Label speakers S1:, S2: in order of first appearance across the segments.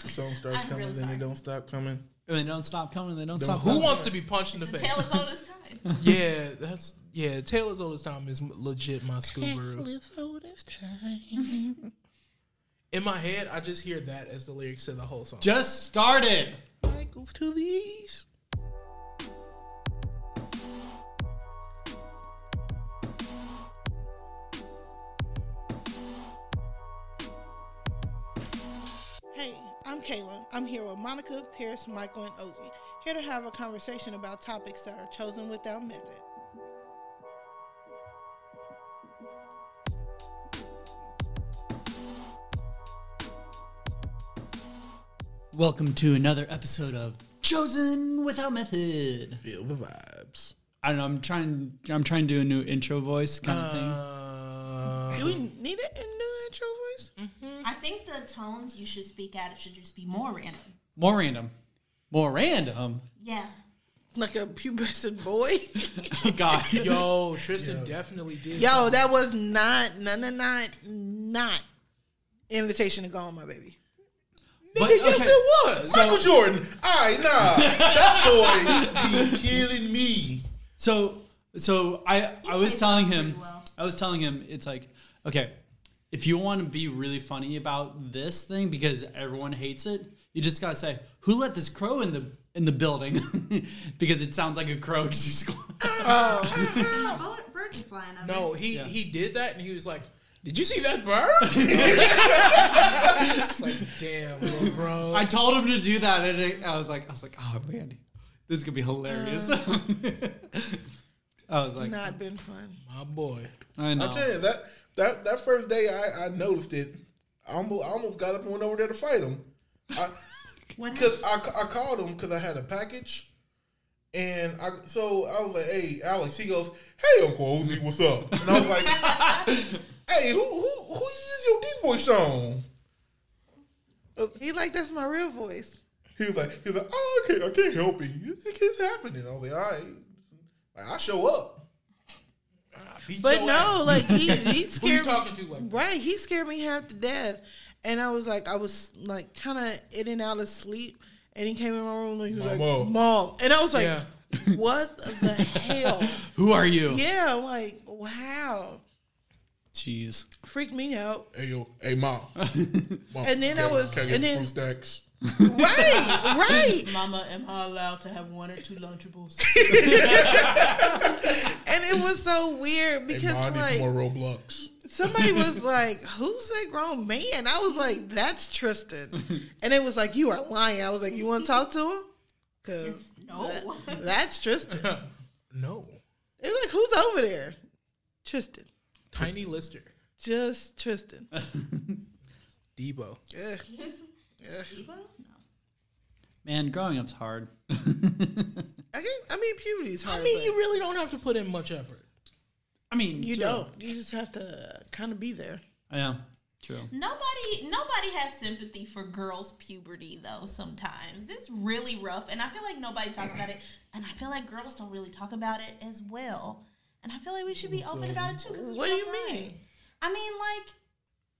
S1: The song starts
S2: I'm
S1: coming,
S2: really
S1: then
S2: sorry.
S1: it don't stop coming.
S3: And they don't stop coming. They
S1: Don't
S3: don't, stop.
S1: stop.
S3: Who
S4: Who
S3: wants?
S4: wants to be punched in the
S2: It's the
S4: face?
S2: tail as old as time.
S4: yeah, that's yeah. Taylor's oldest time is legit my schoolgirl.
S1: Mm-hmm.
S4: In my head, I just hear that as the lyrics to the whole song.
S3: Just started.
S1: Michael's to the east.
S5: Hey, I'm Kayla. I'm here with Monica, Pierce, Michael, and Ozzy. Here to have a conversation about topics that are chosen without method.
S3: Welcome to another episode of Chosen Without Method.
S1: Feel the vibes.
S3: I don't know. I'm trying. I'm trying to do a new intro voice kind of thing.
S4: Uh,
S5: Do we need it in new intro voice?
S4: Mm.
S2: I think the tones you should speak at should just be more random.
S3: More random. More random.
S2: Yeah.
S5: Like a pubescent boy?
S3: God.
S4: yo, Tristan definitely did.
S5: Yo, that was not, no, no, not, not invitation to go on my baby.
S3: But,
S4: yes,
S3: okay.
S4: it was.
S1: Michael Oh, Jordan. I nah. that boy be killing me.
S3: So so I I was
S2: plays
S3: telling
S2: pretty
S3: him
S2: well.
S3: I was telling him it's like okay if you want to be really funny about this thing because everyone hates it you just gotta say who let this crow in the in the building because it sounds like a crow 'cause he's going-
S4: Oh.
S2: And the bird, bird is flying over.
S4: No, he he did that, and he was like, "Did you see that bird?" It's like, damn, little bro.
S3: I told him to do that and it, I was like I was like oh man this is gonna be hilarious
S2: Uh.
S3: I was like
S5: Not been fun.
S4: My boy.
S3: I know
S1: I'm telling you that that that first day I, I noticed it. I almost, I almost got up and went over there to fight him. I,
S2: What
S1: Cause I, ca- I called him because I had a package, and I so I was like, "Hey, Alex." He goes, "Hey, Uncle Ozzy, what's up?" And I was like, "Hey, who who who you use your D voice on?"
S5: Oh, He like, that's my real voice.
S1: He was like, "He was like, oh, okay, I can't help you. You think it's happening?" I was like, "All right, like, I show up."
S4: Beat
S5: But
S4: your
S5: no,
S4: ass.
S5: like he, he
S4: who you
S5: scared me.
S4: talking to? Like,
S5: Right, he scared me half to death, and I was like, I was like kind of in and out of sleep, and he came in my room and he was
S1: Mama.
S5: like, "Mom," and I was like,
S4: Yeah.
S5: "What the hell?"
S3: who are you
S5: Yeah, I'm like, wow,
S3: jeez
S5: freaked me out.
S1: Hey yo, hey mom. Mom,
S5: And then I
S1: can-
S5: was-
S1: can I get some
S5: and then-
S1: fruit stacks.
S5: Right, right.
S2: Mama, am I allowed to have one or two Lunchables?
S5: And it was so weird
S1: Hey
S5: because
S1: mom, I need
S5: like
S1: some more Roblox.
S5: somebody was like, "Who's that grown man?" I was like, "That's Tristan," and it was like, "You are lying." I was like, "You want to talk to him?" Because
S2: no.
S5: that's Tristan.
S4: no,
S5: It was like, who's over there? Tristan.
S4: tiny Lister,
S5: Just Tristan.
S4: Debo.
S5: Ugh.
S2: Eva? No.
S3: man growing up's hard
S5: I, can I mean, puberty's hard.
S4: I mean,
S5: but
S4: you really don't have to put in much effort.
S3: I mean
S5: you
S3: true.
S5: don't. You just have to kind of be there.
S3: yeah true
S2: Nobody, nobody has sympathy for girls' puberty though. Sometimes it's really rough, and I feel like nobody talks about it. And I feel like girls don't really talk about it as well. And I feel like we should be open about it too. 'cause it's
S5: What do
S2: real
S5: you
S2: hard.
S5: mean?
S2: I mean, like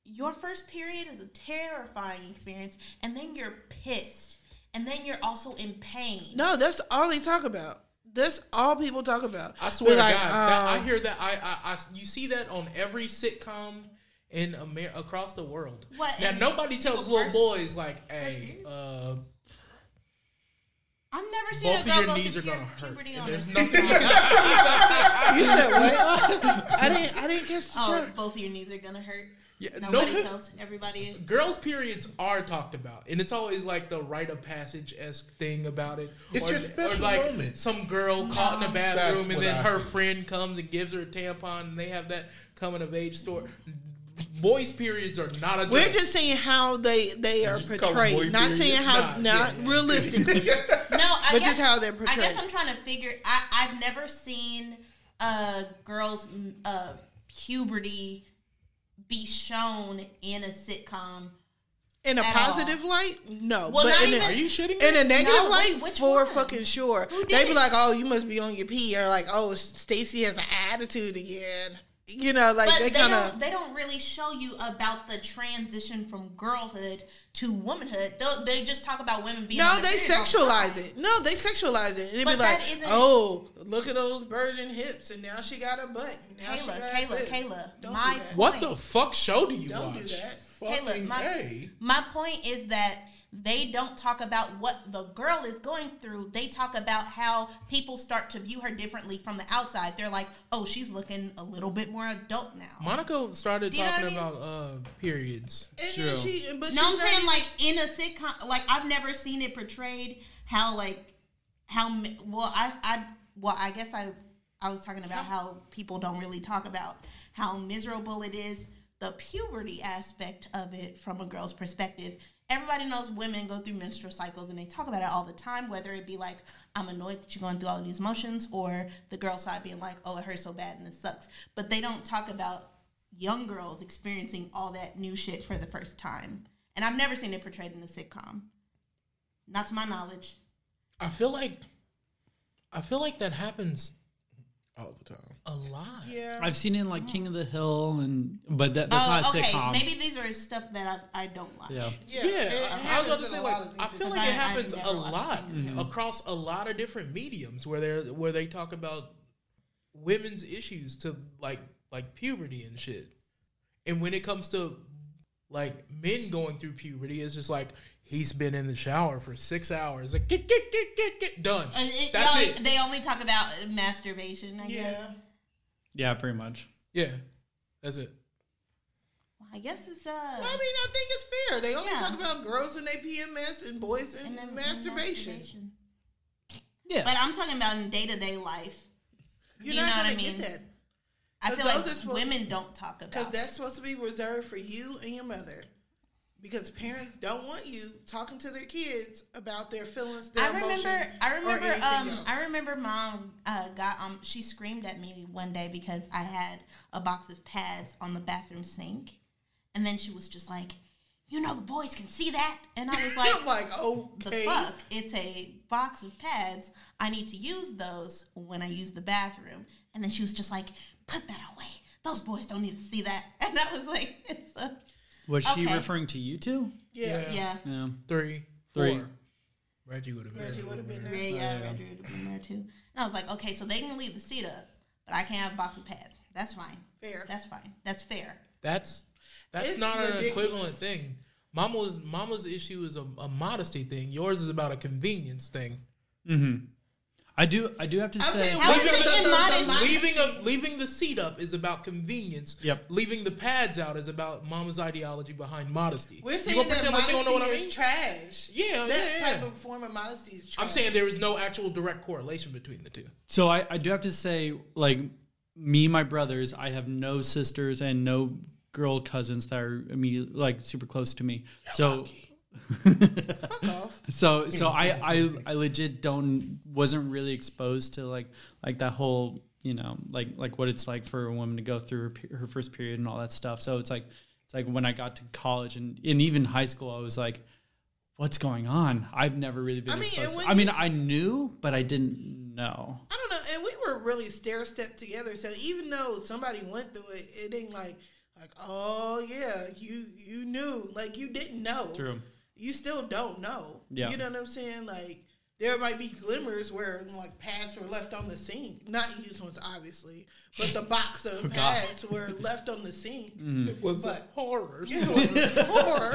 S2: your first period is a terrifying experience, and then you're pissed, and then you're also in pain.
S5: No, that's all they talk about. That's all people talk about.
S4: I swear
S5: They're like,
S4: to God,
S1: "Oh."
S4: that, I
S5: uh,
S4: hear that. I, I, I, you see that on every sitcom in Amer- across the world.
S2: What,
S4: Now
S2: and
S4: nobody tells
S2: people's
S4: little
S2: first-
S4: boys like, "Hey,
S2: years?
S4: uh,
S2: I've never seen
S4: both of
S2: a girl
S4: your
S2: go
S4: knees are
S2: through pu-
S4: gonna hurt.
S2: puberty
S4: And
S2: on
S4: there's
S2: a-
S4: nothing." you got-
S5: you said what? I didn't. I didn't catch the
S2: Oh,
S5: joke.
S2: both of your knees are gonna hurt.
S4: Yeah,
S2: Nobody
S4: no-
S2: tells everybody.
S4: Girls' periods are talked about, and it's always like the rite of passage esque thing about it.
S1: It's your special
S4: like
S1: moment.
S4: Some girl caught in the bathroom,
S1: That's
S4: and
S1: what
S4: then
S1: I
S4: her
S1: think.
S4: friend comes and gives her a tampon, and they have that coming of age story. Boys' periods are not a.
S5: We're just seeing how they they are
S1: call them boy
S5: portrayed, not
S1: periods.
S5: saying how
S4: Nah,
S5: not
S4: yeah, yeah.
S5: realistically.
S2: No, I
S5: But
S2: guess,
S5: just how they're
S2: I
S5: portrayed.
S2: guess I'm trying to figure. I, I've never seen a girl's mm, uh, puberty be shown in a sitcom.
S5: in a
S2: At all.
S5: positive light, no.
S2: Well,
S5: but
S2: not
S5: in a-
S2: even-
S4: Are you shitting me?
S5: In a negative
S2: No,
S5: light,
S2: wh- which
S5: for
S2: one?
S5: fucking sure.
S2: Who did
S5: They be
S2: it?
S5: like, "Oh, you must be on your pee," or like, "Oh, Stacy has an attitude again." you know, like
S2: but
S5: they
S2: they,
S5: kind
S2: don't,
S5: of
S2: they don't really show you about the transition from girlhood to womanhood. They'll, they just talk about women being
S5: no,
S2: on their
S5: they
S2: period all the time.
S5: sexualize it. No, they sexualize it, and it be
S2: But that
S5: like,
S2: isn't-
S5: oh, look at those virgin hips, and now she got a butt. and Now she
S2: Kayla,
S5: got
S2: Kayla,
S5: this.
S2: Kayla,
S5: Don't
S2: my
S5: do that.
S4: What the fuck show do you
S5: Don't
S4: watch?
S5: do that.
S2: Hey, look,
S1: Fucking
S2: my-
S1: hey.
S2: My point is that they don't talk about what the girl is going through. They talk about how people start to view her differently from the outside. They're like, "Oh, she's looking a little bit more adult now."
S4: Monaco started
S2: Do you know
S4: talking
S2: what I
S4: about uh, periods.
S5: And then
S3: True.
S5: she, but she's
S2: no, I'm
S5: not
S2: saying
S5: even-
S2: like in a sitcom, like I've never seen it portrayed how like how m- well I I well I guess I I was talking about how people don't really talk about how miserable it is the puberty aspect of it from a girl's perspective. Everybody knows women go through menstrual cycles and they talk about it all the time, whether it be like, I'm annoyed that you're going through all of these emotions, or the girl side being like, oh, it hurts so bad and it sucks. But they don't talk about young girls experiencing all that new shit for the first time. And I've never seen it portrayed in a sitcom. Not to my knowledge.
S4: I feel like, I feel like that happens
S1: all the time.
S4: a lot.
S5: yeah.
S3: I've seen it in like King of the Hill, and but that, that's not a sitcom.
S2: Oh, Maybe these are stuff that I, I don't watch.
S3: Yeah.
S5: Yeah,
S4: Yeah,
S5: it
S4: I, I was
S5: happens
S4: about to
S5: in
S4: say
S5: a
S4: like
S5: lot of
S4: I
S5: things Mm-hmm.
S4: feel
S5: that-
S4: like it
S2: I- I
S4: happens
S2: never
S4: a
S2: watched
S4: lot
S2: King
S4: across a lot of different mediums where they where they talk about women's issues to like like puberty and shit. And when it comes to like men going through puberty, it's just like he's been in the shower for six hours. Like get get get get get done.
S2: Uh, it-
S4: That's
S2: y'all-
S4: it.
S2: They only talk about masturbation, I guess.
S5: yeah.
S3: yeah, pretty much.
S4: Yeah, that's it.
S2: Well, I guess it's uh
S5: Well, I mean, I think it's fair. They only
S2: Yeah.
S5: talk about girls and their PMS and boys and,
S2: and then- and
S5: masturbation.
S3: Yeah,
S2: But I'm talking about in day to day life.
S5: You're
S2: You
S5: not
S2: know what
S5: gonna
S2: I mean?
S5: get that
S2: I
S5: 'Cause
S2: feel
S5: those
S2: like
S5: are supposed-
S2: women don't talk
S5: because
S2: about
S5: that's supposed to be reserved for you and your mother. Because parents don't want you talking to their kids about their feelings, their
S2: I remember,
S5: emotion,
S2: I
S5: or
S2: remember,
S5: anything
S2: um,
S5: else.
S2: I remember. Mom uh, got um, she screamed at me one day because I had a box of pads on the bathroom sink, and then she was just like, "You know, the boys can see that," and I was like,
S5: I'm like,
S2: the
S5: okay,
S2: fuck? It's a box of pads. I need to use those when I use the bathroom. And then she was just like, put that away. Those boys don't need to see that. And I was like, it's a,
S3: was she
S2: okay.
S3: referring to you two?
S5: yeah.
S4: Yeah.
S2: yeah.
S3: Yeah,
S4: Three,
S3: Three.
S4: four. Reggie would have been.
S5: Reggie would have been
S2: Yeah,
S5: there.
S2: yeah,
S3: yeah.
S2: Reggie would have been there too. And I was like, okay, so they can leave the seat up, but I can't have a box of pads. That's fine.
S5: Fair.
S2: That's fine. That's fair.
S4: That's that's
S5: It's
S4: not an
S5: ridiculous.
S4: equivalent thing. Mama's mama's issue is a, a modesty thing. Yours is about a convenience thing.
S3: I do. I do have to
S5: I'm
S3: say.
S5: saying
S2: How
S5: leaving
S2: is it immodest?
S5: modesty-
S4: Leaving a, leaving the seat up is about convenience.
S3: Yep.
S4: Leaving the pads out is about mama's ideology behind modesty.
S5: We're
S4: You
S5: saying
S4: gonna
S5: that
S4: pretend like
S5: modesty
S4: you don't know what I
S5: is
S4: mean?
S5: trash.
S4: Yeah,
S5: that
S4: yeah,
S5: type
S4: yeah.
S5: of form of modesty is trash.
S4: I'm saying there is no actual direct correlation between the two.
S3: so I, I do have to say, like me, my brothers. I have no sisters and no girl cousins that are immediately like super close to me. so.
S5: fuck off.
S3: So so I, I I legit don't wasn't really exposed to like like that whole you know like like what it's like for a woman to go through her, pe- her first period and all that stuff. So it's like it's like when I got to college and, and even high school, I was like, what's going on? I've never really been
S5: I mean,
S3: exposed.
S5: and
S3: to-
S5: when
S3: I mean,
S5: you-
S3: I knew, but I didn't know.
S5: I don't know. And we were really stair stepped together. So even though somebody went through it, it ain't like like oh yeah, you you knew like you didn't know.
S3: True.
S5: You still don't know.
S3: Yeah.
S5: You know what I'm saying? Like there might be glimmers where like pads were left on the sink, not used ones obviously, but the box of pads were left on the sink.
S1: Mm-hmm.
S3: Mm-hmm.
S4: It was
S5: But-
S4: a horror.
S5: You know,
S4: story.
S5: or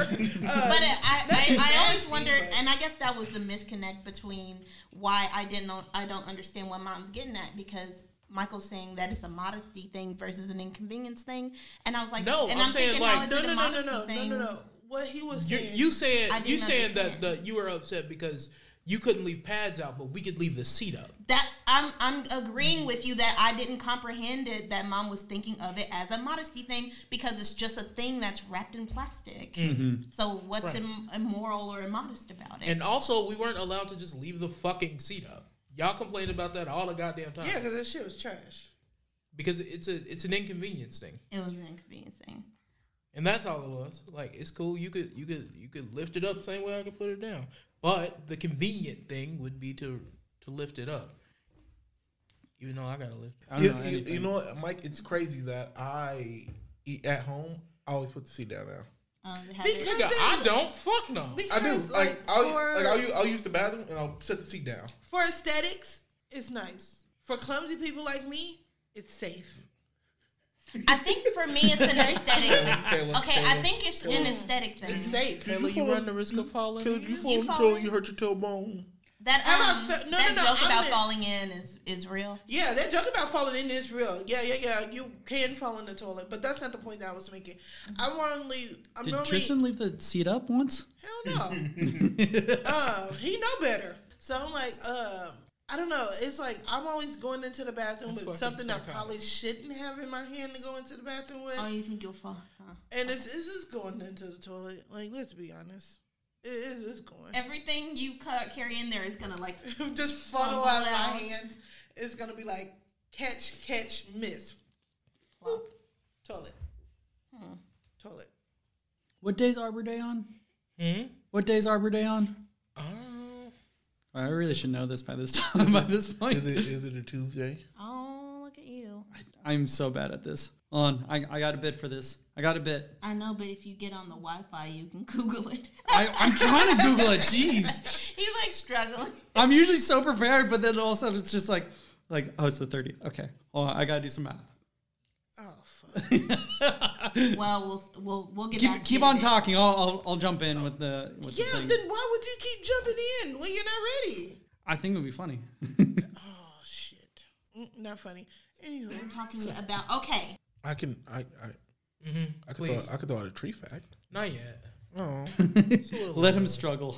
S5: uh,
S2: But I, I,
S5: nothing
S2: I, I always
S5: nasty,
S2: wondered,
S5: but-
S2: and I guess that was the misconnect between why I didn't, know, I don't understand what mom's getting at because Michael's saying that it's a modesty thing versus an inconvenience thing, and I was like,
S4: No,
S2: and
S4: I'm saying,
S2: how
S4: like,
S2: is it
S5: no
S2: a
S5: no no no
S2: modesty
S5: no no
S2: thing?
S5: no no. What he was
S4: You,
S5: saying.
S4: you said
S2: I
S4: you
S2: didn't
S4: saying that
S2: understand.
S4: the, you were upset because you couldn't leave pads out, but we could leave the seat up.
S2: That I'm I'm agreeing with you that I didn't comprehend it that mom was thinking of it as a modesty thing because it's just a thing that's wrapped in plastic.
S5: Mm-hmm.
S2: So what's im- immoral or immodest about it?
S4: And also, we weren't allowed to just leave the fucking seat up. Y'all complained about that all the goddamn time.
S5: yeah, because that shit was trash.
S4: because it's a it's an inconvenience thing,
S2: it was an inconveniencing.
S4: and that's all it was. Like it's cool. You could you could you could lift it up same way I could put it down. But the convenient thing would be to to lift it up. Even though I gotta live.
S3: I
S1: You,
S3: don't know
S1: you- you
S3: anything.
S1: know what, Mike? It's crazy that I eat at home. I always put the seat down now.
S2: Um, they have
S5: Because-
S2: it-
S4: Nigga, I don't. Fuck no.
S1: I do.
S5: Because,
S1: Like, I'll,
S5: for-
S1: like I'll, u- I'll use the bathroom and I'll set the seat down.
S5: For aesthetics, it's nice. For clumsy people like me, it's safe.
S2: I think for me it's an aesthetic.
S1: Kayla, Kayla,
S2: Okay, I
S1: Kayla.
S2: think it's an aesthetic
S5: It's
S2: thing.
S5: safe.
S1: Did you
S4: Kayla, you
S1: fall-
S4: run the risk of falling.
S1: Cause you
S4: in?
S1: fall on the
S2: fall
S1: toe,
S2: in?
S1: you hurt your tailbone.
S2: That
S5: I'm
S2: um,
S5: not fe- no,
S2: that
S5: no, no,
S2: joke
S5: I'm
S2: about
S5: in-
S2: falling in is is real.
S5: Yeah, that joke about falling in is real. Yeah, yeah, yeah. You can fall in the toilet, but that's not the point that I was making. I normally, I'm
S3: Did
S5: normally,
S3: Tristan leave the seat up once?
S5: hell no. uh, he know better. So I'm like, um, I don't know. It's like I'm always going into the bathroom
S4: That's
S5: with
S4: fucking
S5: something I
S4: psychotic.
S5: probably shouldn't have in my hand to go into the bathroom with,
S2: Oh, you think you'll fall? Huh?
S5: and it's, it's just going into the toilet. Like, let's be honest, it is just going.
S2: Everything you ca- carry in there is gonna like.
S5: just funnel
S2: Fumble
S5: out of
S2: out.
S5: my hands. It's gonna be like catch, catch, miss. Boop. Toilet. Toilet.
S3: What day's Arbor Day on?
S4: Hmm?
S3: What day's Arbor Day on?
S4: Oh.
S3: I really should know this by this time. By this point,
S1: Is it is it a Tuesday?
S2: Oh, look at you.
S3: I'm so bad at this. Hold on, I, I got a bit for this. I got a bit.
S2: I know, but if you get on the Wi-Fi, you can Google it.
S3: I, I'm trying to Google it. Jeez,
S2: He's like struggling.
S3: I'm usually so prepared, but then all of a sudden it's just like, like oh, it's the 30th. Okay, hold on, I gotta do some math.
S5: Oh fuck.
S2: Well, we'll we'll we'll get back
S3: Keep
S2: to
S3: keep
S2: you
S3: on
S2: then.
S3: talking. I'll, I'll I'll jump in with the with
S5: yeah,
S3: the things.
S5: then why would you keep jumping in when you're not ready?
S3: I think it would be funny.
S5: Oh shit. Mm, not funny. Anywho.
S2: We're talking about okay.
S1: I can I I,
S4: hmm
S1: I could
S4: Please.
S1: throw, I could throw out a tree fact.
S4: Not yet.
S1: Oh,
S3: Let him struggle.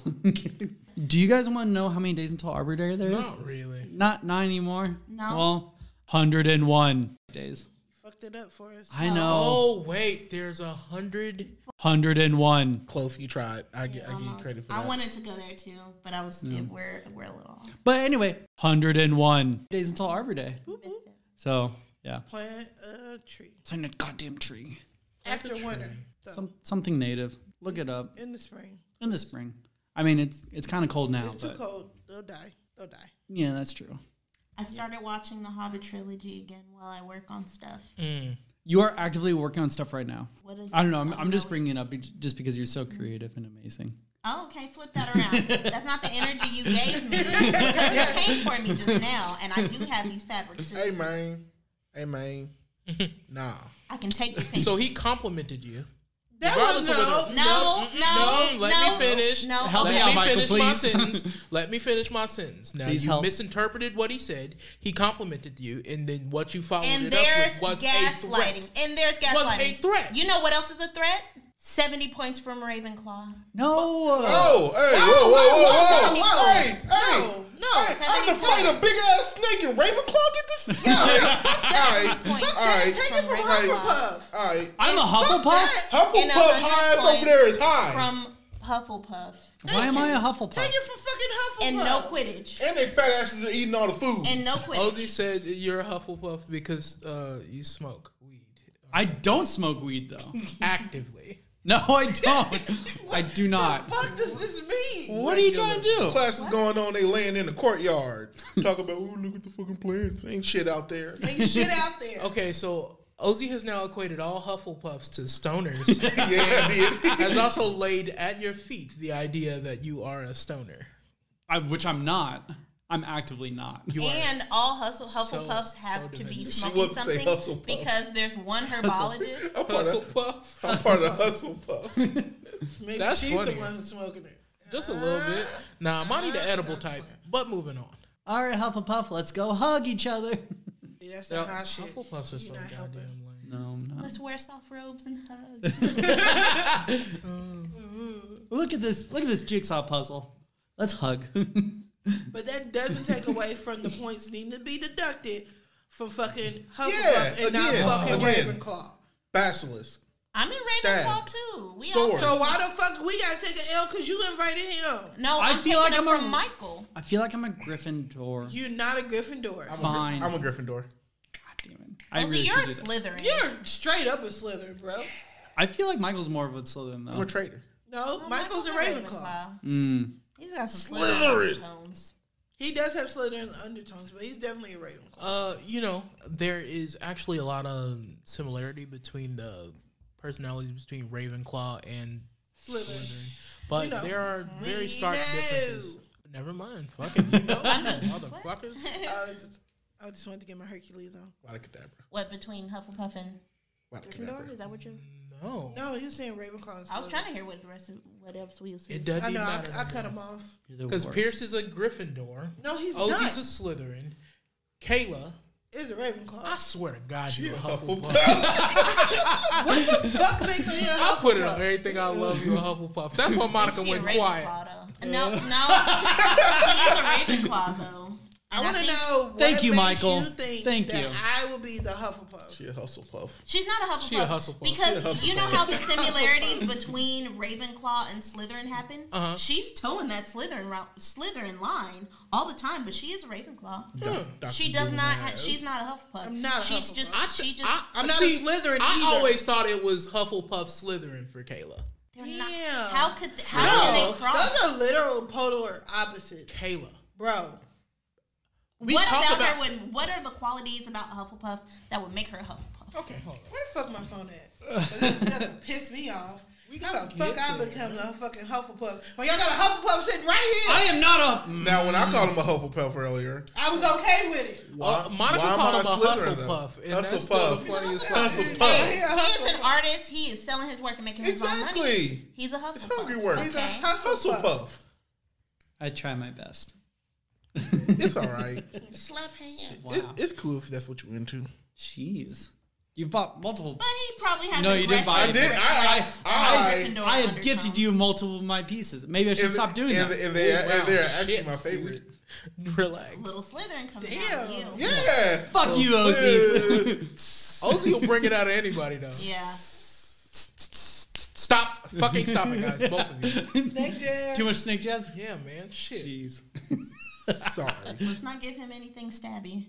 S3: do you guys want to know how many days until Arbor Day there is?
S4: Not really.
S3: Not nine anymore.
S2: No.
S3: Well, 101 days.
S5: Fucked it up for us.
S3: I know.
S4: Oh wait, there's a hundred.
S3: 101.
S1: close. You tried. I get I give you
S2: almost.
S1: credit for
S2: I
S1: that.
S2: wanted to go there too, but I was it- we're we're a little off.
S3: But anyway, 101 days until Arbor Day.
S2: Missed it.
S3: So, yeah.
S5: Plant a tree.
S3: It's in a goddamn tree.
S5: After winter. So,
S3: Some, something native. Look it up.
S5: in the spring.
S3: In the spring. I mean, it's it's kind of cold now,
S5: It's too
S3: but
S5: cold. They'll die. They'll die.
S3: yeah, that's true.
S2: I started watching the Hobbit trilogy again while I work on stuff.
S4: Mm.
S3: You are actively working on stuff right now.
S2: What is?
S3: I don't
S2: it
S3: know. I'm,
S2: called?
S3: I'm just
S2: Noe-
S3: bringing it up be- just because you're so creative and amazing.
S2: Oh, okay, flip that around. That's not the energy you gave me. Because you came for me just now, and I do have these fabrics.
S1: Hey
S2: too.
S1: man, hey man, nah.
S2: I can take the pink.
S4: So he complimented you.
S5: That was
S4: Regardless of
S5: no.
S4: whether-
S2: no, no,
S4: Mm-mm,
S2: no.
S4: Let me finish.
S2: No,
S3: Help
S4: let
S3: me
S2: okay.
S4: me
S3: out, Michael,
S4: finish my
S3: please.
S4: sentence. Let me finish my sentence. Now
S3: Please
S4: you
S3: help.
S4: misinterpreted what he said. He complimented you, and then what you followed
S2: And
S4: it up
S2: there's
S4: with was a
S2: gaslighting.
S4: threat.
S2: And there's gaslighting.
S4: Was a threat.
S2: You know what else is a threat? Seventy points from Ravenclaw.
S3: No.
S1: Oh, hey, whoa,
S5: Whoa,
S1: whoa, whoa, whoa,
S5: whoa,
S1: hey, hey.
S5: whoa. No,
S1: Hey,
S5: no.
S1: I'm the fight a big ass snake and Ravenclaw get this. All right, fuck that. All
S2: Points.
S5: Take
S1: right,
S5: it from
S2: Right.
S5: Hufflepuff.
S1: all right.
S3: I'm a
S5: Fuck
S3: Hufflepuff.
S5: that.
S1: Hufflepuff
S2: And a hundred
S1: high ass
S2: points
S1: over there is high,
S2: From Hufflepuff.
S3: Why am I a
S5: Take
S3: Hufflepuff?
S5: it from fucking Hufflepuff.
S2: And no Quidditch.
S1: and they fat asses are eating all the food.
S2: And no Quidditch.
S4: Ozzy said you're a Hufflepuff because uh, you smoke weed uh,
S3: I don't smoke weed though.
S4: actively.
S3: No, I don't. I do not.
S5: What does this mean?
S3: What are you trying to do?
S1: Class is going on. They laying in the courtyard, talk about, "Ooh, look at the fucking plants. Ain't shit out there."
S5: Ain't shit out there.
S4: Okay, so Ozzy has now equated all Hufflepuffs to stoners.
S1: yeah, I did.
S4: has also laid at your feet the idea that you are a stoner.
S3: I, which I'm not. I'm actively not.
S4: You are
S2: And all hustle
S4: So-
S2: Hufflepuffs
S4: so
S2: have to be
S4: demented. She
S2: smoking
S1: wouldn't say
S2: something
S1: hustle puff.
S2: because there's one herbologist.
S1: I'm part of,
S4: Hufflepuff.
S1: I'm part of Hufflepuff.
S5: Maybe
S4: That's
S5: she's
S4: funny.
S5: the one who's smoking it.
S4: Just a little bit. Nah, Monty the edible type. But moving on.
S3: All right, Hufflepuff, let's go hug each other.
S5: Yeah, that's some hot shit.
S4: Hufflepuffs are so
S5: You're not helping.
S4: goddamn lame.
S3: No, I'm not.
S2: Let's wear soft robes and hug.
S3: Look at this. Look at this jigsaw puzzle. Let's hug.
S5: But that doesn't take away from the points needing to be deducted from fucking Hufflepuff
S1: Yeah,
S5: and not
S1: again,
S5: fucking
S1: again.
S5: Ravenclaw.
S1: Basilisk.
S2: I'm in Ravenclaw
S1: Stabbed.
S2: too. We
S1: Sword.
S2: all
S5: So why the fuck we gotta take an L because you invited him?
S2: no.
S3: I
S2: I'm
S3: feel like
S2: taking it
S3: I'm a-
S2: from Michael.
S3: I feel like I'm a Gryffindor.
S5: You're not a Gryffindor.
S1: I'm
S3: Fine.
S1: A Gryff- I'm a Gryffindor.
S3: God damn it. I
S2: Oh, so
S3: really
S2: you're a
S3: should do that.
S2: Slytherin.
S5: You're straight up a Slytherin, bro.
S3: I feel like Michael's more of a Slytherin
S1: I'm a
S3: though.
S1: traitor.
S5: No,
S2: Oh,
S5: Michael's a Ravenclaw.
S3: Mm.
S2: He's got some
S1: Slytherin.
S2: Slytherin tones.
S5: He does have Slytherin undertones, but he's definitely a Ravenclaw.
S4: Uh, you know, there is actually a lot of similarity between the personalities between Ravenclaw and
S5: Slytherin.
S4: Slytherin, but
S5: You know,
S4: there are very
S5: we
S4: stark
S5: know.
S4: differences. Never mind, fucking you know, motherfuckers.
S5: I was just, I just wanted to get my Hercules on.
S1: Wadakadabra.
S2: What between Hufflepuff and Gryffindor? Is
S1: Wadakadabra.
S2: that what you?
S4: No,
S5: No, he was saying Ravenclaw. And
S2: I was
S5: Slytherin.
S2: trying to hear what the rest of what else we assumed.
S4: it doesn't
S5: I know. I,
S4: matter
S5: I cut him off.
S4: because Pierce is a Gryffindor.
S5: No, he's
S4: Ozzy's
S5: not.
S4: a Slytherin. Kayla,
S5: It's a
S4: I
S5: Ravenclaw.
S4: swear to God,
S1: She a
S4: you a
S1: Hufflepuff.
S4: Hufflepuff.
S5: what the fuck makes me a
S4: I put it on
S5: Hufflepuff?
S4: everything I love. You a Hufflepuff. That's why
S2: I think
S4: Monica
S2: she a
S4: went quiet.
S2: Ravenclaw, though. No, no, she is a Ravenclaw though.
S5: I
S2: And
S5: want to
S2: think
S5: know. What
S3: Thank you,
S5: makes
S3: Michael.
S5: You think
S3: Thank
S5: that
S3: you.
S5: I will be the Hufflepuff.
S1: She a Hufflepuff.
S2: She's not a Hufflepuff.
S4: She a Hufflepuff.
S2: Because
S1: She a Hufflepuff.
S2: you know how the similarities between Ravenclaw and Slytherin happen?
S4: Uh-huh.
S2: She's towing that Slytherin ro- Slytherin line all the time, but she is a Ravenclaw.
S1: Doc-
S2: She
S1: Dr.
S2: does not. Ha-
S1: Dumbass.
S2: she's not a Hufflepuff.
S5: I'm not a
S2: she's
S5: Hufflepuff.
S2: just.
S4: I
S2: she
S4: th-
S2: just.
S4: I-
S5: I'm not a Slytherin
S4: I
S5: either.
S4: always thought it was Hufflepuff Slytherin for Kayla.
S2: they're not.
S5: Yeah.
S2: How could? th- how
S4: No,
S2: could they cross?
S5: Those are literal polar opposites,
S4: Kayla.
S5: bro.
S4: We
S2: what
S4: talk
S2: about,
S4: about-
S2: her? Would, what are the qualities about a Hufflepuff that would make her a Hufflepuff?
S4: Okay, hold on.
S5: Where the fuck my phone at? 'Cause This doesn't piss me off. How the
S4: gonna
S5: fuck
S4: get
S5: I
S4: there,
S5: become the fucking Hufflepuff? When y'all got a Hufflepuff shit right here,
S3: I am not a.
S1: Now, when I called him a Hufflepuff earlier,
S5: I, was okay with it.
S1: why,
S4: Uh, Monica
S1: why am
S4: called
S1: I
S4: him a
S1: Slytherin, though?
S4: Hufflepuff, and that's still the
S1: Hufflepuff.
S4: funniest
S1: Hufflepuff.
S5: Yeah, he a
S2: He is an
S5: Hufflepuff.
S2: artist. He is selling his work and making his own money.
S1: Exactly.
S2: He's a Hufflepuff.
S1: It's hungry work.
S5: He's a
S2: Okay.
S5: Hufflepuff.
S1: Hufflepuff.
S3: I try my best.
S1: It's all right.
S5: Slap hand.
S1: It, it's cool if that's what you're into.
S3: Jeez, you bought multiple.
S2: But he probably has.
S3: No, you didn't
S1: I
S3: buy it.
S1: did. I. I.
S2: Gryffindor
S3: I have
S2: undertones.
S3: gifted you multiple of my pieces. Maybe I should
S1: and-
S3: stop doing
S1: and,
S3: that.
S1: And they're,
S4: Oh, wow.
S1: and they're actually
S4: Shit,
S1: my favorite.
S4: Hufflepuff. Relax.
S2: Little Slytherin coming out
S5: Damn.
S2: of you. Yeah.
S1: Yeah.
S3: Fuck you, Ozzy.
S4: Ozzy will bring it out of anybody though. Stop fucking stop it, guys. Both of you.
S5: Snake jab.
S3: Too much snake jazz.
S4: Yeah, man. Shit.
S3: Jeez.
S1: Sorry.
S2: Let's not give him anything stabby.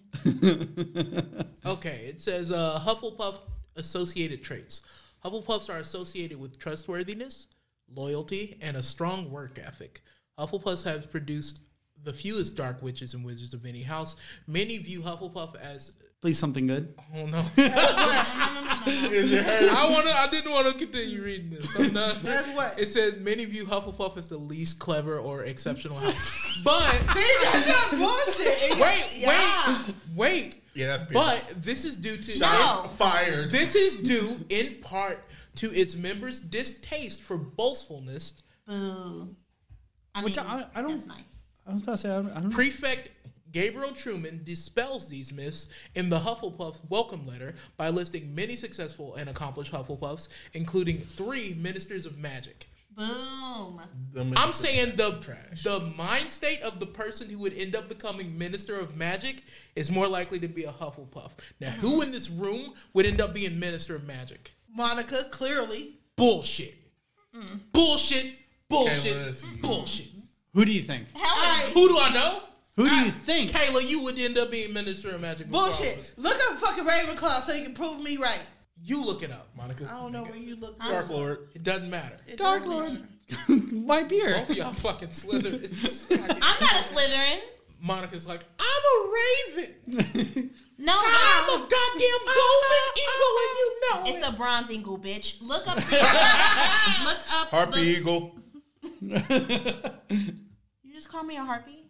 S4: Okay, it says uh, Hufflepuff associated traits. Hufflepuffs are associated with trustworthiness, loyalty, and a strong work ethic. Hufflepuffs have produced the fewest dark witches and wizards of any house. Many view Hufflepuff as
S3: Please something good.
S4: oh no.
S2: No, no, no, no, no.
S1: Is it her?
S4: I want to. I didn't want to continue reading this. I'm not-
S5: That's what.
S4: It says many view Hufflepuff as the least clever or exceptional house. But
S5: See, that's not bullshit. And
S4: wait,
S5: y'all- y'all-
S4: wait, wait.
S1: Yeah, that's Pierce.
S4: But this is due to
S2: No.
S1: Fired.
S4: This is due in part to its members' distaste for boastfulness.
S2: Boo. I mean,
S3: Which I- I don't-
S2: That's nice.
S3: I was about to say I don't, I don't
S4: Prefect Gabriel Truman dispels these myths in the Hufflepuff welcome letter by listing many successful and accomplished Hufflepuffs, including three ministers of magic.
S2: Boom.
S1: Them
S4: I'm
S1: is-
S4: saying the
S1: Trash.
S4: the mind state of the person who would end up becoming minister of magic is more likely to be a Hufflepuff. Now, who in this room would end up being minister of magic?
S5: Monica, clearly.
S4: Bullshit. Bullshit. Bullshit.
S1: Kayla, that's you.
S4: Bullshit.
S3: Who do you think?
S2: Hell
S4: Who do I know?
S3: Who do you think?
S4: Kayla, you would end up being minister of magic. before I was.
S5: Bullshit. Look up fucking Ravenclaw so you can prove me right.
S4: You look it up.
S1: Monica.
S5: I don't know where you look.
S1: Dark Lord.
S4: It doesn't matter.
S5: It
S3: Dark
S5: doesn't
S3: Lord.
S5: matter.
S3: my beer.
S4: Both of y'all fucking Slytherins.
S2: I'm not a Slytherin.
S4: Monica's like, I'm a raven.
S2: No,
S4: I'm a
S2: no.
S4: goddamn golden eagle, and you
S5: Uh-huh,
S4: know
S2: It's a
S4: it.
S2: bronze eagle, bitch. Look up. look up.
S1: Harpy
S2: the-
S1: Eagle.
S2: You just call me a harpy?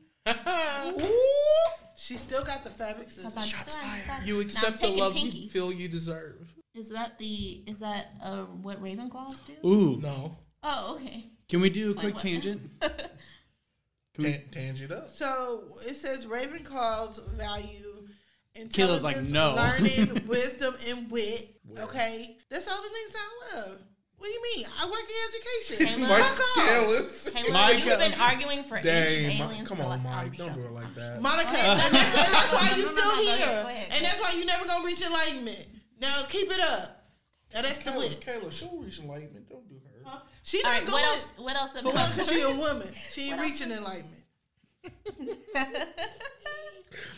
S5: She still got the fabric
S2: Because
S5: scissors.
S2: I'm still fired.
S4: you accept the
S2: taking
S4: love you
S2: pinkies.
S4: feel you deserve.
S2: Is that the? Is that uh, what Ravenclaws do?
S3: Ooh.
S4: No.
S2: Oh, okay.
S3: Can we do a
S2: Like
S3: quick
S2: what?
S3: tangent?
S1: Tan- Tangent up.
S5: So it says Ravenclaw's value
S3: Kayla's like,
S5: intelligence,
S3: no.
S5: learning, wisdom, and wit. Okay, that's all the things I love. What do you mean? I work in education.
S2: Kayla.
S1: Mike
S5: Fuck off.
S1: Scalise.
S2: Taylor,
S3: Mike,
S2: you've been arguing for ancient
S1: Dang,
S2: aliens.
S1: Mike, come
S2: for
S1: on,
S2: like-
S1: Mike.
S2: I'm
S1: Don't
S2: shocked.
S1: do it like that.
S5: Monica, and that's, and that's why you're
S2: No, no, no,
S5: still
S2: no, go
S5: here,
S2: ahead, go ahead, go
S5: and that's why you never gonna reach enlightenment. Now keep it up. Now that's the
S1: Kayla,
S5: wit.
S1: Kayla, she'll reach enlightenment. Don't do her.
S5: She
S2: All
S5: not
S2: right,
S5: going
S2: what else? What else?
S5: for one because
S2: About
S5: she a woman. She ain't
S2: What else?
S5: reaching enlightenment.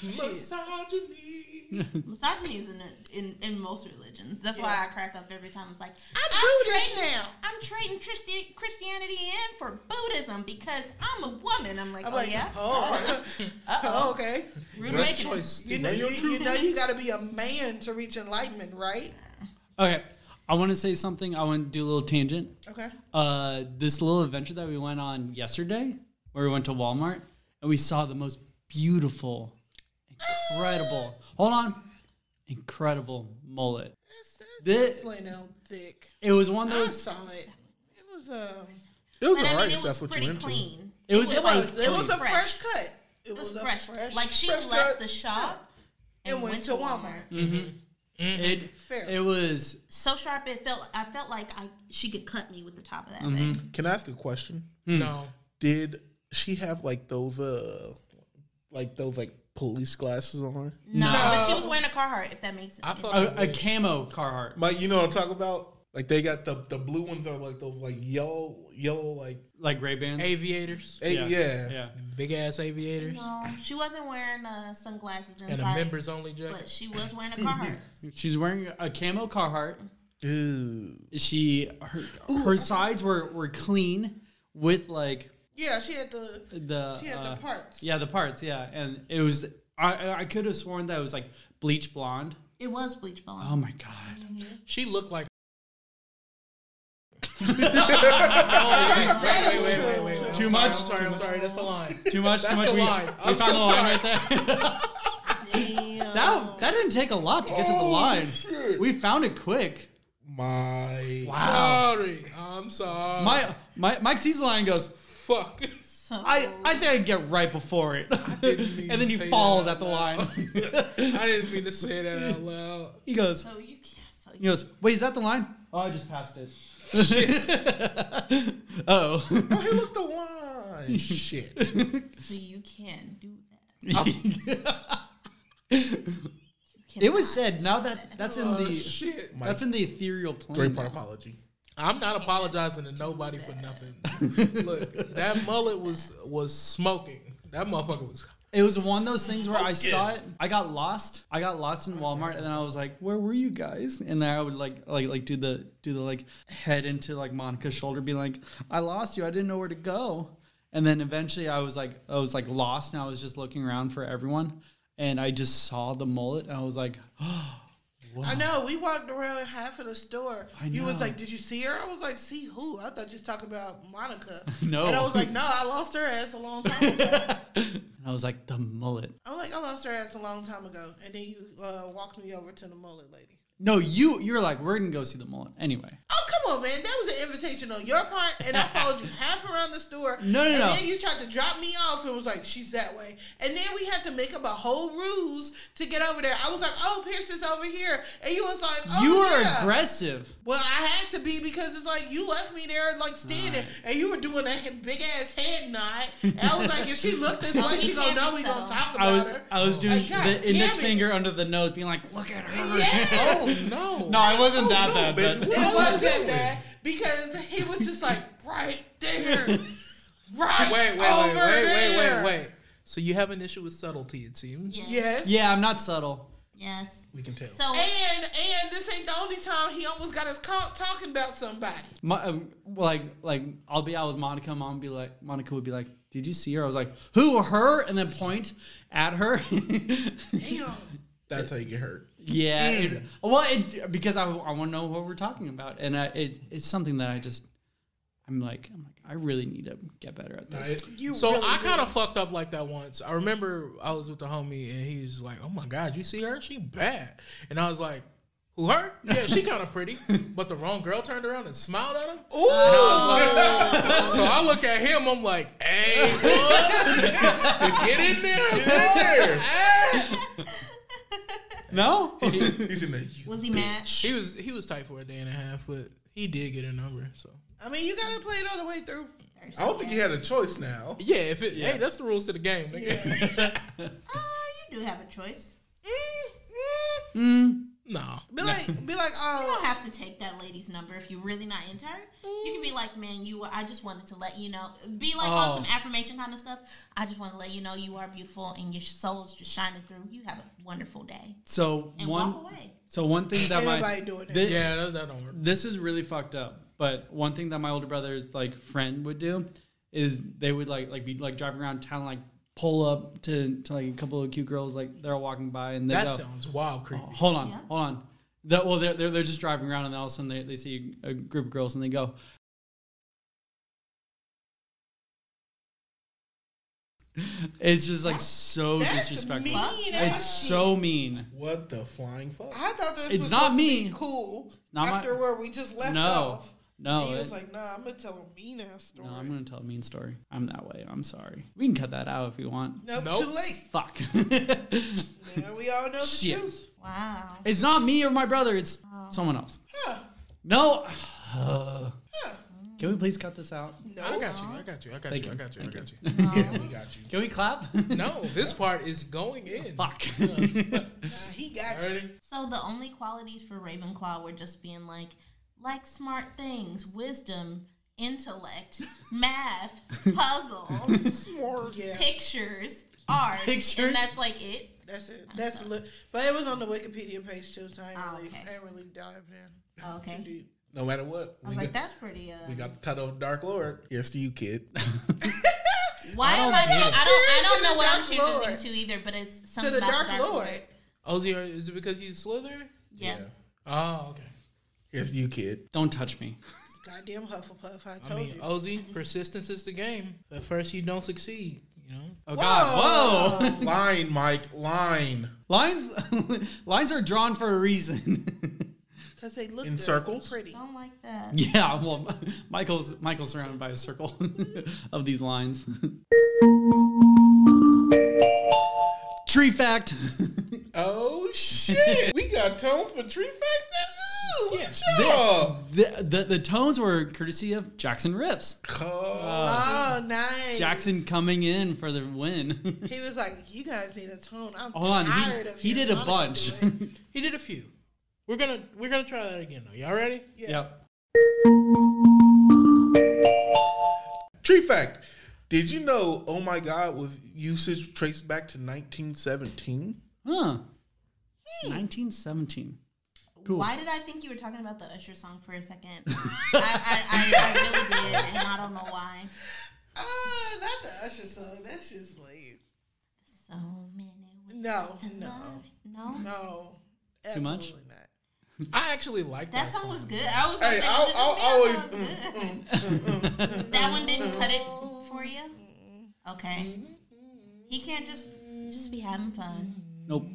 S4: Misogyny.
S2: Misogyny is in, in in most religions. That's why I crack up every time. It's like
S5: I
S2: I'm
S5: do this
S2: trading-
S5: now.
S2: I'm trading Christi- Christianity in for Buddhism because I'm a woman. I'm like,
S5: I'm
S2: oh
S5: like,
S2: yeah,
S5: oh,
S2: uh-oh,
S5: okay.
S2: rude
S1: Good
S2: awakening.
S4: Choice.
S5: You
S4: to
S5: know,
S4: live
S5: you,
S4: your
S5: you
S4: truth.
S5: know, you got to be a man to reach enlightenment, right?
S3: Okay, I want to say something. I want to do a little tangent.
S5: Okay.
S3: Uh, this little adventure that we went on yesterday, where we went to Walmart and we saw the most beautiful, incredible. hold on, incredible mullet.
S5: That's,
S3: This-
S5: that's laying out thick.
S3: It was one that
S5: I
S3: was.
S5: saw it. It was
S2: um,
S5: a
S1: It was
S2: But I
S1: alright
S2: mean,
S1: if
S2: it was
S1: that's what
S2: pretty
S1: you're into.
S2: clean.
S3: It was-
S5: it
S2: like,
S5: was it was a
S2: fresh.
S5: fresh cut. It
S2: It was
S5: was a
S2: fresh.
S5: fresh
S2: Like she
S5: fresh
S2: left
S5: cut.
S2: the shop
S5: and went to Walmart.
S3: It,
S5: Fair.
S3: it was.
S2: So sharp, it felt. I felt like I she could cut me with the top of that thing.
S1: Can I ask a question?
S4: No.
S1: Did she have like those uh like those like police glasses on?
S2: No, but she
S5: No.
S2: was wearing a Carhartt. If that makes
S4: I
S2: sense.
S4: fucking
S3: A, a
S4: wish.
S3: camo Carhartt,
S1: Mike, you know what I'm talking about? Like they got the the blue ones are like those like yellow yellow like
S3: like Ray Bans.
S4: aviators.
S1: eh, yeah.
S3: yeah.
S4: Big ass aviators.
S2: No, she wasn't wearing uh, sunglasses
S4: And a
S2: inside,
S4: members only jacket.
S2: but she was wearing a Carhartt.
S3: She's wearing a camo Carhartt.
S1: Ooh.
S3: She her, her sides were were clean with like
S5: Yeah, she had the
S3: the
S5: she had
S3: uh,
S5: the parts.
S3: yeah the parts yeah, and it was I- I I could have sworn that it was like bleach blonde.
S2: it was bleach blonde.
S3: Oh my god!
S4: She looked like.
S5: That- that
S4: wait,
S5: is
S4: wait,
S5: true.
S4: wait, wait, wait.
S3: Too
S4: I'm
S3: much?
S4: Sorry, I'm sorry, I'm sorry. That's the line.
S3: Too much.
S4: That's
S3: too much.
S4: the
S3: we
S4: line.
S3: we
S4: I'm
S3: found
S4: so
S3: the line
S4: sorry.
S3: right there.
S5: Damn.
S3: that that didn't take a lot to get to the
S1: Oh,
S3: line.
S1: shit.
S3: We found it quick.
S1: My
S3: Wow.
S4: Sorry, I'm sorry.
S3: My, my Mike sees the line and goes.
S4: fuck.
S2: So
S3: I, I think I get right before it,
S4: didn't mean
S3: and then
S4: to
S3: he
S4: say
S3: falls
S4: that
S3: at the
S4: out
S3: line.
S4: I didn't mean to say that out loud.
S3: he goes.
S2: so you can't. So
S3: He goes, wait, is that the line? Oh, I just passed it. oh.
S1: Oh he looked the line. Shit.
S2: So you can't do that. You
S3: it was
S2: cannot.
S3: said. Now that that's in
S4: Oh,
S3: the
S4: shit.
S3: that's in the ethereal plane.
S1: Three part apology.
S4: I'm not apologizing to nobody for nothing. Look, that mullet was was smoking. That motherfucker was.
S3: It was one of those things where I saw it. I got lost. I got lost in Walmart, and then I was like, "Where were you guys?" And then I would like, like, like do the do the like head into like Monica's shoulder, be like, "I lost you. I didn't know where to go." And then eventually, I was like, I was like lost, and I was just looking around for everyone, and I just saw the mullet, and I was like,
S5: I know. We walked around half of the store.
S3: I
S5: You
S3: know.
S5: was like, "Did you see her?" I was like, "See who?" I thought you was talking about Monica.
S3: No.
S5: And I was like, "No, I lost her ass a long time ago."
S3: and I was like, the mullet.
S5: I'm like, "I lost her ass a long time ago." And then you uh, walked me over to the mullet lady.
S3: No, you you're like, we're gonna go see the mullet anyway.
S5: Oh come on, man! That was an invitation on your part, and I followed you half around the store.
S3: No, no,
S5: and
S3: no.
S5: then you tried to drop me off, and was like, "She's that way." And then we had to make up a whole ruse to get over there. I was like, "Oh, Pearson's over here," and you was like, oh,
S3: you were
S5: yeah.
S3: aggressive.
S5: Well, I had to be because it's like you left me there, like standing,
S3: Alright.
S5: and you were doing a big ass head nod. And I was like, if she looked this way, she gonna know we gonna talk about
S3: I was
S5: her.
S3: I was doing
S5: Like, God
S3: the index
S5: damn it.
S3: finger under the nose, being like, look at her.
S5: Yeah,
S4: Oh no!
S3: No, I wasn't that
S1: no,
S3: bad,
S1: baby.
S3: but
S1: What
S5: it
S4: Oh.
S1: are
S5: was
S1: you
S5: that
S1: doing?
S5: bad because he was just like right there, right
S4: Wait, wait,
S5: over
S4: wait, wait, wait,
S5: there.
S4: wait, wait. So you have an issue with subtlety, it seems.
S2: Yes.
S5: Yes.
S3: yeah, I'm not subtle.
S2: Yes.
S1: We can tell.
S2: So
S5: And and this ain't the only time he almost got us caught talking about somebody.
S3: My, um, like like I'll be out with Monica. Mom would be like, Monica would be like, did you see her? I was like, who? Her? And then point at her.
S5: Damn.
S1: That's how you get hurt.
S3: yeah. it- well, it, because I, I want to know what we're talking about, and I, it, it's something that I just I'm like I'm like I really need to get better at
S1: Nah,
S3: this.
S1: it-
S5: You
S4: So
S5: really
S4: I
S5: did.
S4: kind of fucked up like that once. I remember I was with the homie and he was like, "Oh my god, you see her? She bad." And I was like, "Who her? Yeah, she kind of pretty." But the wrong girl turned around and smiled at him.
S5: Ooh.
S4: So I look at him. I'm like, "Hey, boy, get in there, man."
S3: No.
S1: He's in there. You
S2: was he mad?
S4: He was he was tight for a day and a half, but he did get a number. So
S5: I mean, you gotta play it all the way through.
S1: I don't think he had a choice now.
S4: yeah, if it hey, that's the rules to the game. Nigga.
S2: Ah, Uh, you do have a choice.
S3: Mm,
S4: No.
S5: Mm-hmm. Be like, be like,
S2: You
S5: oh,
S2: don't have to take that lady's number if you're really not into her. You can be like, man, you. Are, I just wanted to let you know. Be like on
S3: Oh.
S2: some affirmation kind of stuff. I just want to let you know you are beautiful and your soul's just shining through. You have a wonderful day
S3: So
S2: and
S3: one.
S2: walk away.
S3: So one thing that
S5: Ain't
S3: my
S5: nobody doing that.
S3: thi-
S4: Yeah, that, that don't work.
S3: this is really fucked up. But one thing that my older brother's like friend would do is they would like like be like driving around town like pull up to, to like a couple of cute girls like they're all walking by and they
S4: That
S3: go
S4: sounds wild creepy.
S3: "Oh, hold on
S2: Yeah.
S3: hold on The- well they're, they're they're just driving around and then all of a sudden they, they see a group of girls and they go it's just like so
S5: that's
S3: disrespectful
S5: mean as
S3: it's
S5: shit.
S3: so mean
S1: What the flying fuck?
S5: I thought this
S3: It's
S5: was
S3: not
S5: supposed to be
S3: mean.
S5: cool.
S3: Not my-
S5: after where we just left
S3: No.
S5: off,
S3: no
S5: and he
S3: it-
S5: was like, "Nah, I'm gonna tell a mean ass story."
S3: No, I'm gonna tell a mean story. I'm that way. I'm sorry. We can cut that out if we want.
S5: nope,
S4: Nope.
S5: too late.
S3: Fuck.
S5: Now we all know the
S3: Shit.
S5: truth.
S2: Wow.
S3: it's not me or my brother. It's someone else.
S5: Huh?
S3: No.
S5: Huh?
S3: Can we please cut this out?
S4: I
S5: No.
S4: got you. I got you. I got
S3: Thank
S4: you. I
S3: you.
S4: got you. I
S3: Thank
S4: got you.
S1: Yeah, we got you.
S3: Can we clap?
S4: No, this part is going in.
S3: Fuck.
S5: Nah, he got you.
S4: Alrighty.
S2: So the only qualities for Ravenclaw were just being like, like smart things, wisdom, intellect, math, puzzles,
S5: Smart. Yeah,
S2: pictures, art,
S3: Pictures?
S2: and that's like it.
S5: that's it. That's li- but it was on the Wikipedia page too, so I ain't
S2: Oh,
S5: really,
S2: okay.
S5: I ain't really diving in.
S2: Oh, Okay.
S5: Too deep.
S1: No matter what,
S2: I
S1: we got,
S2: was like, that's pretty. Uh,
S1: we got the title of Dark Lord. Yes to you, kid.
S2: why
S3: I
S2: am
S3: don't
S2: I?
S3: get
S2: Not,
S3: it.
S2: I don't. I don't
S5: Cheers to
S2: know
S5: the
S2: what I'm
S5: Dark
S2: choosing
S5: Lord.
S2: to either, but it's
S5: To
S2: something
S5: the
S2: about
S5: Dark Lord.
S4: Ozzy, are- is it because he's Slytherin?
S2: Yeah.
S4: Oh, okay.
S1: Yes to you, kid.
S3: Don't touch me.
S5: Goddamn Hufflepuff! I
S4: I
S5: told
S4: mean, oh,
S5: you.
S4: Ozzy, persistence is the game. At first, you don't succeed. You know,
S3: Oh God. Whoa.
S1: Line, Mike. Line.
S3: lines. lines are drawn for a reason.
S5: Because they looked
S1: In
S5: uh,
S1: circles?
S5: pretty.
S2: Don't like that.
S3: yeah. Well, Michael's Michael's surrounded by a circle of these lines. Tree fact.
S1: Oh shit! we got tone for tree facts now. Ooh,
S4: Yeah.
S1: yeah.
S3: The, the the tones were courtesy of Jackson Rips.
S5: Oh, nice.
S3: Jackson coming in for the win.
S5: He was like, "You guys need a tone. I'm
S3: Hold on,
S5: tired
S3: he,
S5: of
S3: he
S5: your
S3: did a
S5: Monica
S3: bunch.
S5: doing it."
S4: he did a few. We're gonna we're gonna try that again though. Y'all ready?
S5: Yeah.
S3: yep.
S1: Tree fact. Did you know? Oh my God! Was usage traced back to 1917?
S3: Huh.
S5: Hmm.
S3: 1917. Cool.
S2: Why did I think you were talking about the Usher song for a second? I, I, I, I really did, and I don't know why.
S5: Ah, not the Usher song. That's just lame.
S2: So many. ways
S5: No,
S2: to
S5: no,
S2: love. No.
S5: no.
S3: Too much?
S5: Absolutely not.
S4: I actually like that,
S2: That song was good. I was.
S1: Hey,
S2: like,
S1: I'll,
S2: that
S1: I'll
S2: was
S1: always.
S2: good.
S1: mm, mm.
S2: That one didn't cut it for you. Okay. He can't just just be having fun.
S3: Nope.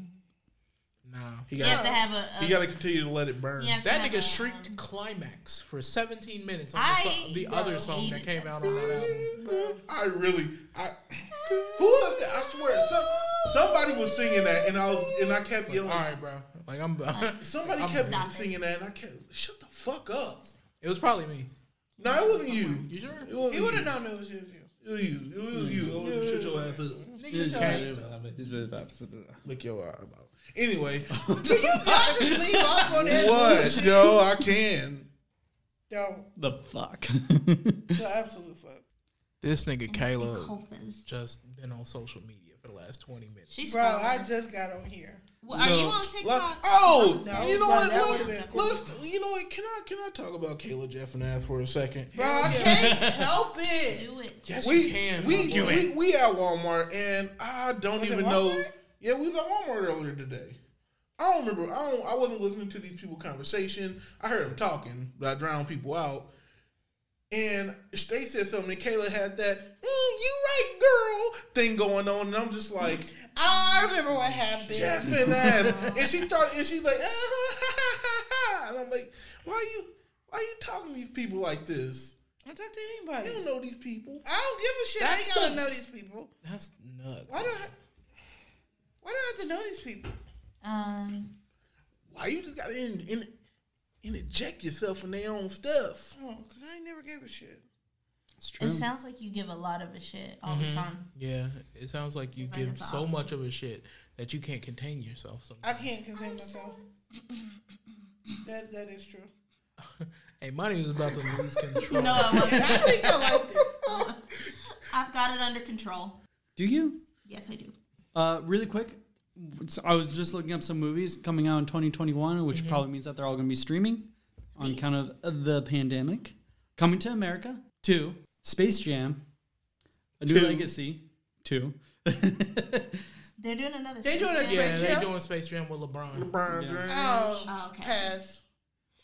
S4: Nah,
S1: He
S2: He has
S1: got.
S2: to have a. a
S1: He got to continue to let it burn.
S2: he has to
S4: that
S2: have
S4: nigga
S2: a,
S4: shrieked
S2: um,
S4: climax for 17 minutes on
S2: I
S4: the, song, the other song
S2: hated
S4: that came
S2: that
S4: out on that album.
S1: I really, I who was that? I swear, some, somebody was singing that, and I was, and I kept
S4: All
S1: yelling.
S4: right, bro. Like I'm.
S1: Somebody
S4: I'm
S1: kept
S2: Stop it.
S1: singing that, and I kept shut the fuck up.
S4: It was probably me.
S1: No, it wasn't you.
S4: You sure?
S1: It wasn't
S5: He would have
S1: you.
S5: known it was you.
S1: It was you. It was you. I would've shut your ass up. Lick your eye out. Anyway,
S5: I just leave off on that.
S1: what? Yo, I can.
S5: Don't.
S3: The fuck.
S5: The absolute fuck.
S4: This nigga Caleb
S2: Copas.
S4: just been on social media for the last 20 minutes.
S2: She's
S5: Bro, I just got on here.
S2: Well, are you
S3: So-
S2: on
S1: Like,
S2: TikTok?
S1: oh,
S5: No,
S1: you know
S5: no,
S1: what?
S5: that would've been
S1: Let's,
S5: cool.
S1: let's, you know what? Can I can I talk about Kayla Jeff and ass for a second?
S5: Bro, I can't help it.
S2: Do it.
S4: Yes,
S1: we
S4: you can.
S1: we,
S4: my boy.
S1: we we at Walmart and I don't
S5: Was it
S1: even know.
S5: Walmart?
S1: Yeah, we was at Walmart earlier today. I don't remember. I don't. I wasn't listening to these people conversation. I heard them talking, but I drowned people out. And they said something. and Kayla had that "Mm, "you right, girl" thing going on, and I'm just like
S5: I remember what happened.
S1: Jeff and ass. and she started, and she's like, uh-huh, and I'm like, why you, why you talking to these people like this?
S5: I talk to
S1: You
S5: anybody.
S1: don't know these people.
S5: I don't give a shit.
S4: That's
S5: I ain't gotta
S4: the-
S5: know these people.
S4: That's nuts.
S5: Why do I? Why do I have to know these people?
S2: Um,
S1: why you just gotta in, in, interject yourself in their own stuff?
S5: Oh, cause I ain't never gave a shit.
S3: It's true. Mm-hmm.
S2: it sounds like you give a lot of a shit all the time.
S4: Yeah, it sounds like you
S2: Seems like
S4: give
S2: it's the
S4: so much of a shit that you can't contain yourself.
S5: I
S4: Sometimes.
S5: can't contain myself. That that is true.
S4: Hey, money was about to lose control.
S2: No, I
S5: I
S2: wasn't.
S5: think I liked it.
S2: I've got it under control.
S3: Do you?
S2: Yes, I do.
S3: Uh, really quick, so I was just looking up some movies coming out in 2021,
S5: Mm-hmm.
S3: which probably means that they're all going to be streaming on account of the pandemic. Coming to America, two, Space Jam, A New
S1: Two.
S3: Legacy, two. Uh,
S2: They're doing another.
S5: They doing
S2: season.
S5: a-
S4: Yeah, they
S5: Space Jam?
S4: doing Space Jam with LeBron.
S1: LeBron
S3: Yeah.
S1: James.
S5: Oh,
S2: Oh, okay.
S5: pass.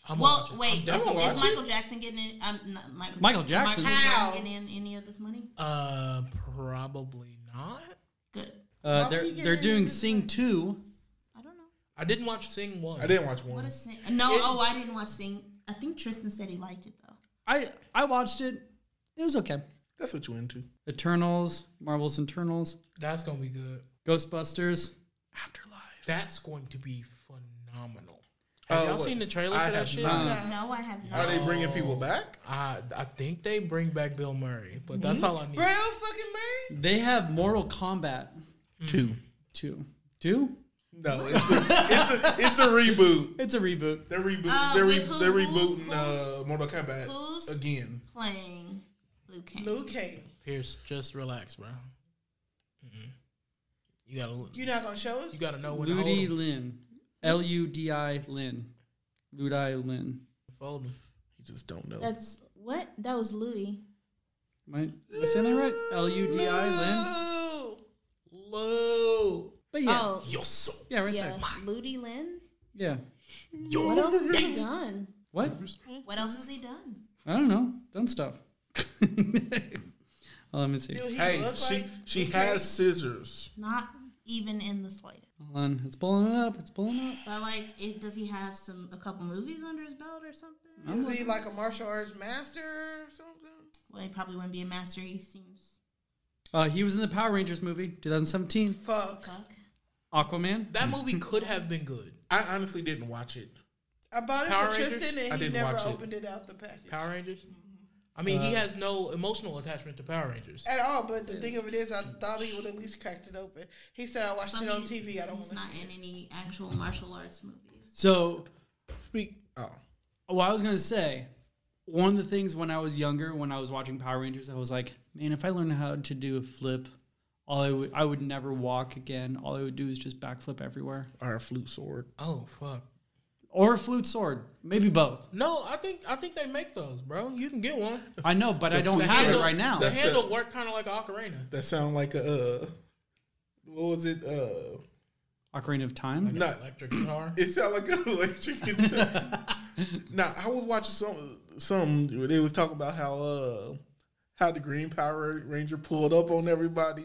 S4: I'm
S2: Well,
S4: watching.
S2: wait.
S4: I'm
S2: Is,
S1: gonna
S4: definitely-
S1: watch
S2: is Michael Jackson getting in? Um, not Michael.
S3: Michael Jackson.
S2: Michael
S5: How?
S2: Jackson getting in any of this money?
S4: Uh, probably not.
S2: Good.
S3: Uh,
S5: How
S3: they're
S5: we getting
S3: they're
S5: in
S3: doing
S5: this
S3: Sing
S5: way?
S3: two.
S2: I don't know.
S4: I didn't watch Sing One.
S1: I didn't watch
S2: What
S1: one.
S2: is sing? No.
S4: It-
S2: oh, I didn't watch Sing. I think Tristan said he liked it though.
S3: I I watched it. It was okay.
S1: That's what you into.
S3: Eternals, Marvel's Eternals,
S4: That's gonna be good.
S3: Ghostbusters, Afterlife.
S4: That's going to be phenomenal. Have
S1: Uh,
S4: y'all
S1: what?
S4: seen the trailer
S1: I
S4: for that
S1: have
S4: shit?
S3: not.
S5: Yeah.
S2: No, I have
S1: Are
S2: not.
S1: they bringing people back?
S4: I I think they bring back Bill Murray, but
S2: Mm-hmm.
S4: that's all I need.
S5: Brown fucking Mary.
S3: They have Mortal Kombat
S1: Two.
S3: two. Two?
S1: No, it's a, it's a it's a reboot.
S3: It's a reboot.
S1: They're reboot.
S2: Uh,
S1: they're, re-
S2: wait, who-
S1: they're
S2: who's-
S1: rebooting
S2: who's-
S1: uh, Mortal Kombat
S2: who's-
S1: again.
S2: Playing Luke. Cage.
S5: Luke Cage.
S4: Pierce, just relax, bro. Mm-mm. You gotta
S5: You not gonna show us?
S4: you gotta know when to hold
S3: Ludi
S4: 'em.
S3: Lin. L U D I Lin. Ludi Lin.
S4: Fold 'em.
S1: You just don't know.
S2: That's what? That was Louis.
S3: Am I, am I saying that right? L U D I Lin.
S5: Ooh.
S4: Low.
S3: But yeah.
S2: Oh,
S1: Yo, so
S3: Yeah, right
S2: yeah.
S3: there.
S2: Ludi Lynn.
S3: Yeah.
S1: yo,
S2: What else has he done?
S3: What?
S2: What else has he done?
S3: I don't know. Done stuff. well, let me see.
S5: Do he
S1: hey,
S5: look
S1: she
S5: like
S1: she
S5: Luke
S1: has
S5: Cage?
S1: scissors.
S2: Not even in the slightest.
S3: Hold on. It's pulling it up. It's pulling it up.
S2: But like, it, does he have some a couple movies under his belt or something?
S5: Is he like a martial arts master or something?
S2: Well, he probably wouldn't be a master. He seems
S3: Uh, he was in the Power Rangers movie, 2017.
S5: Fuck.
S2: fuck.
S3: Aquaman.
S4: That movie could have been good.
S1: I honestly didn't watch it.
S5: I bought it
S4: Power
S5: for
S4: Rangers?
S5: Tristan
S1: I
S5: and he
S1: didn't
S5: never
S1: watch it.
S5: opened it. out the package.
S4: Power Rangers. Mm-hmm. Uh, I mean, he has no emotional attachment to Power Rangers.
S5: At all, but the thing of it is, I thought he would at least cracked it open. He said, "I watched
S2: Some
S5: it on
S2: he's-
S5: TV. I don't
S2: He's
S5: want to
S2: not
S5: see
S2: in any actual martial arts movies.
S3: So,
S1: Speak. Oh,
S3: well, I was going to say, one of the things when I was younger, when I was watching Power Rangers, I was like, man, if I learned how to do a flip, all I would I would never walk again. All I would do is just backflip everywhere.
S1: our flute sword.
S4: Oh fuck.
S3: Or a flute sword. Maybe both.
S4: No, I think I think they make those, bro. You can get one.
S3: I know, but I don't
S4: The
S3: have it
S4: handle-
S3: right now.
S4: The
S1: That's
S4: handle work kind of like an ocarina.
S1: That sound like a uh, what was it? Uh,
S3: Ocarina of Time.
S1: No.
S4: Electric guitar.
S1: it sounded like an electric guitar. now I was watching some some. They was talking about how uh how the Green Power Ranger pulled up on everybody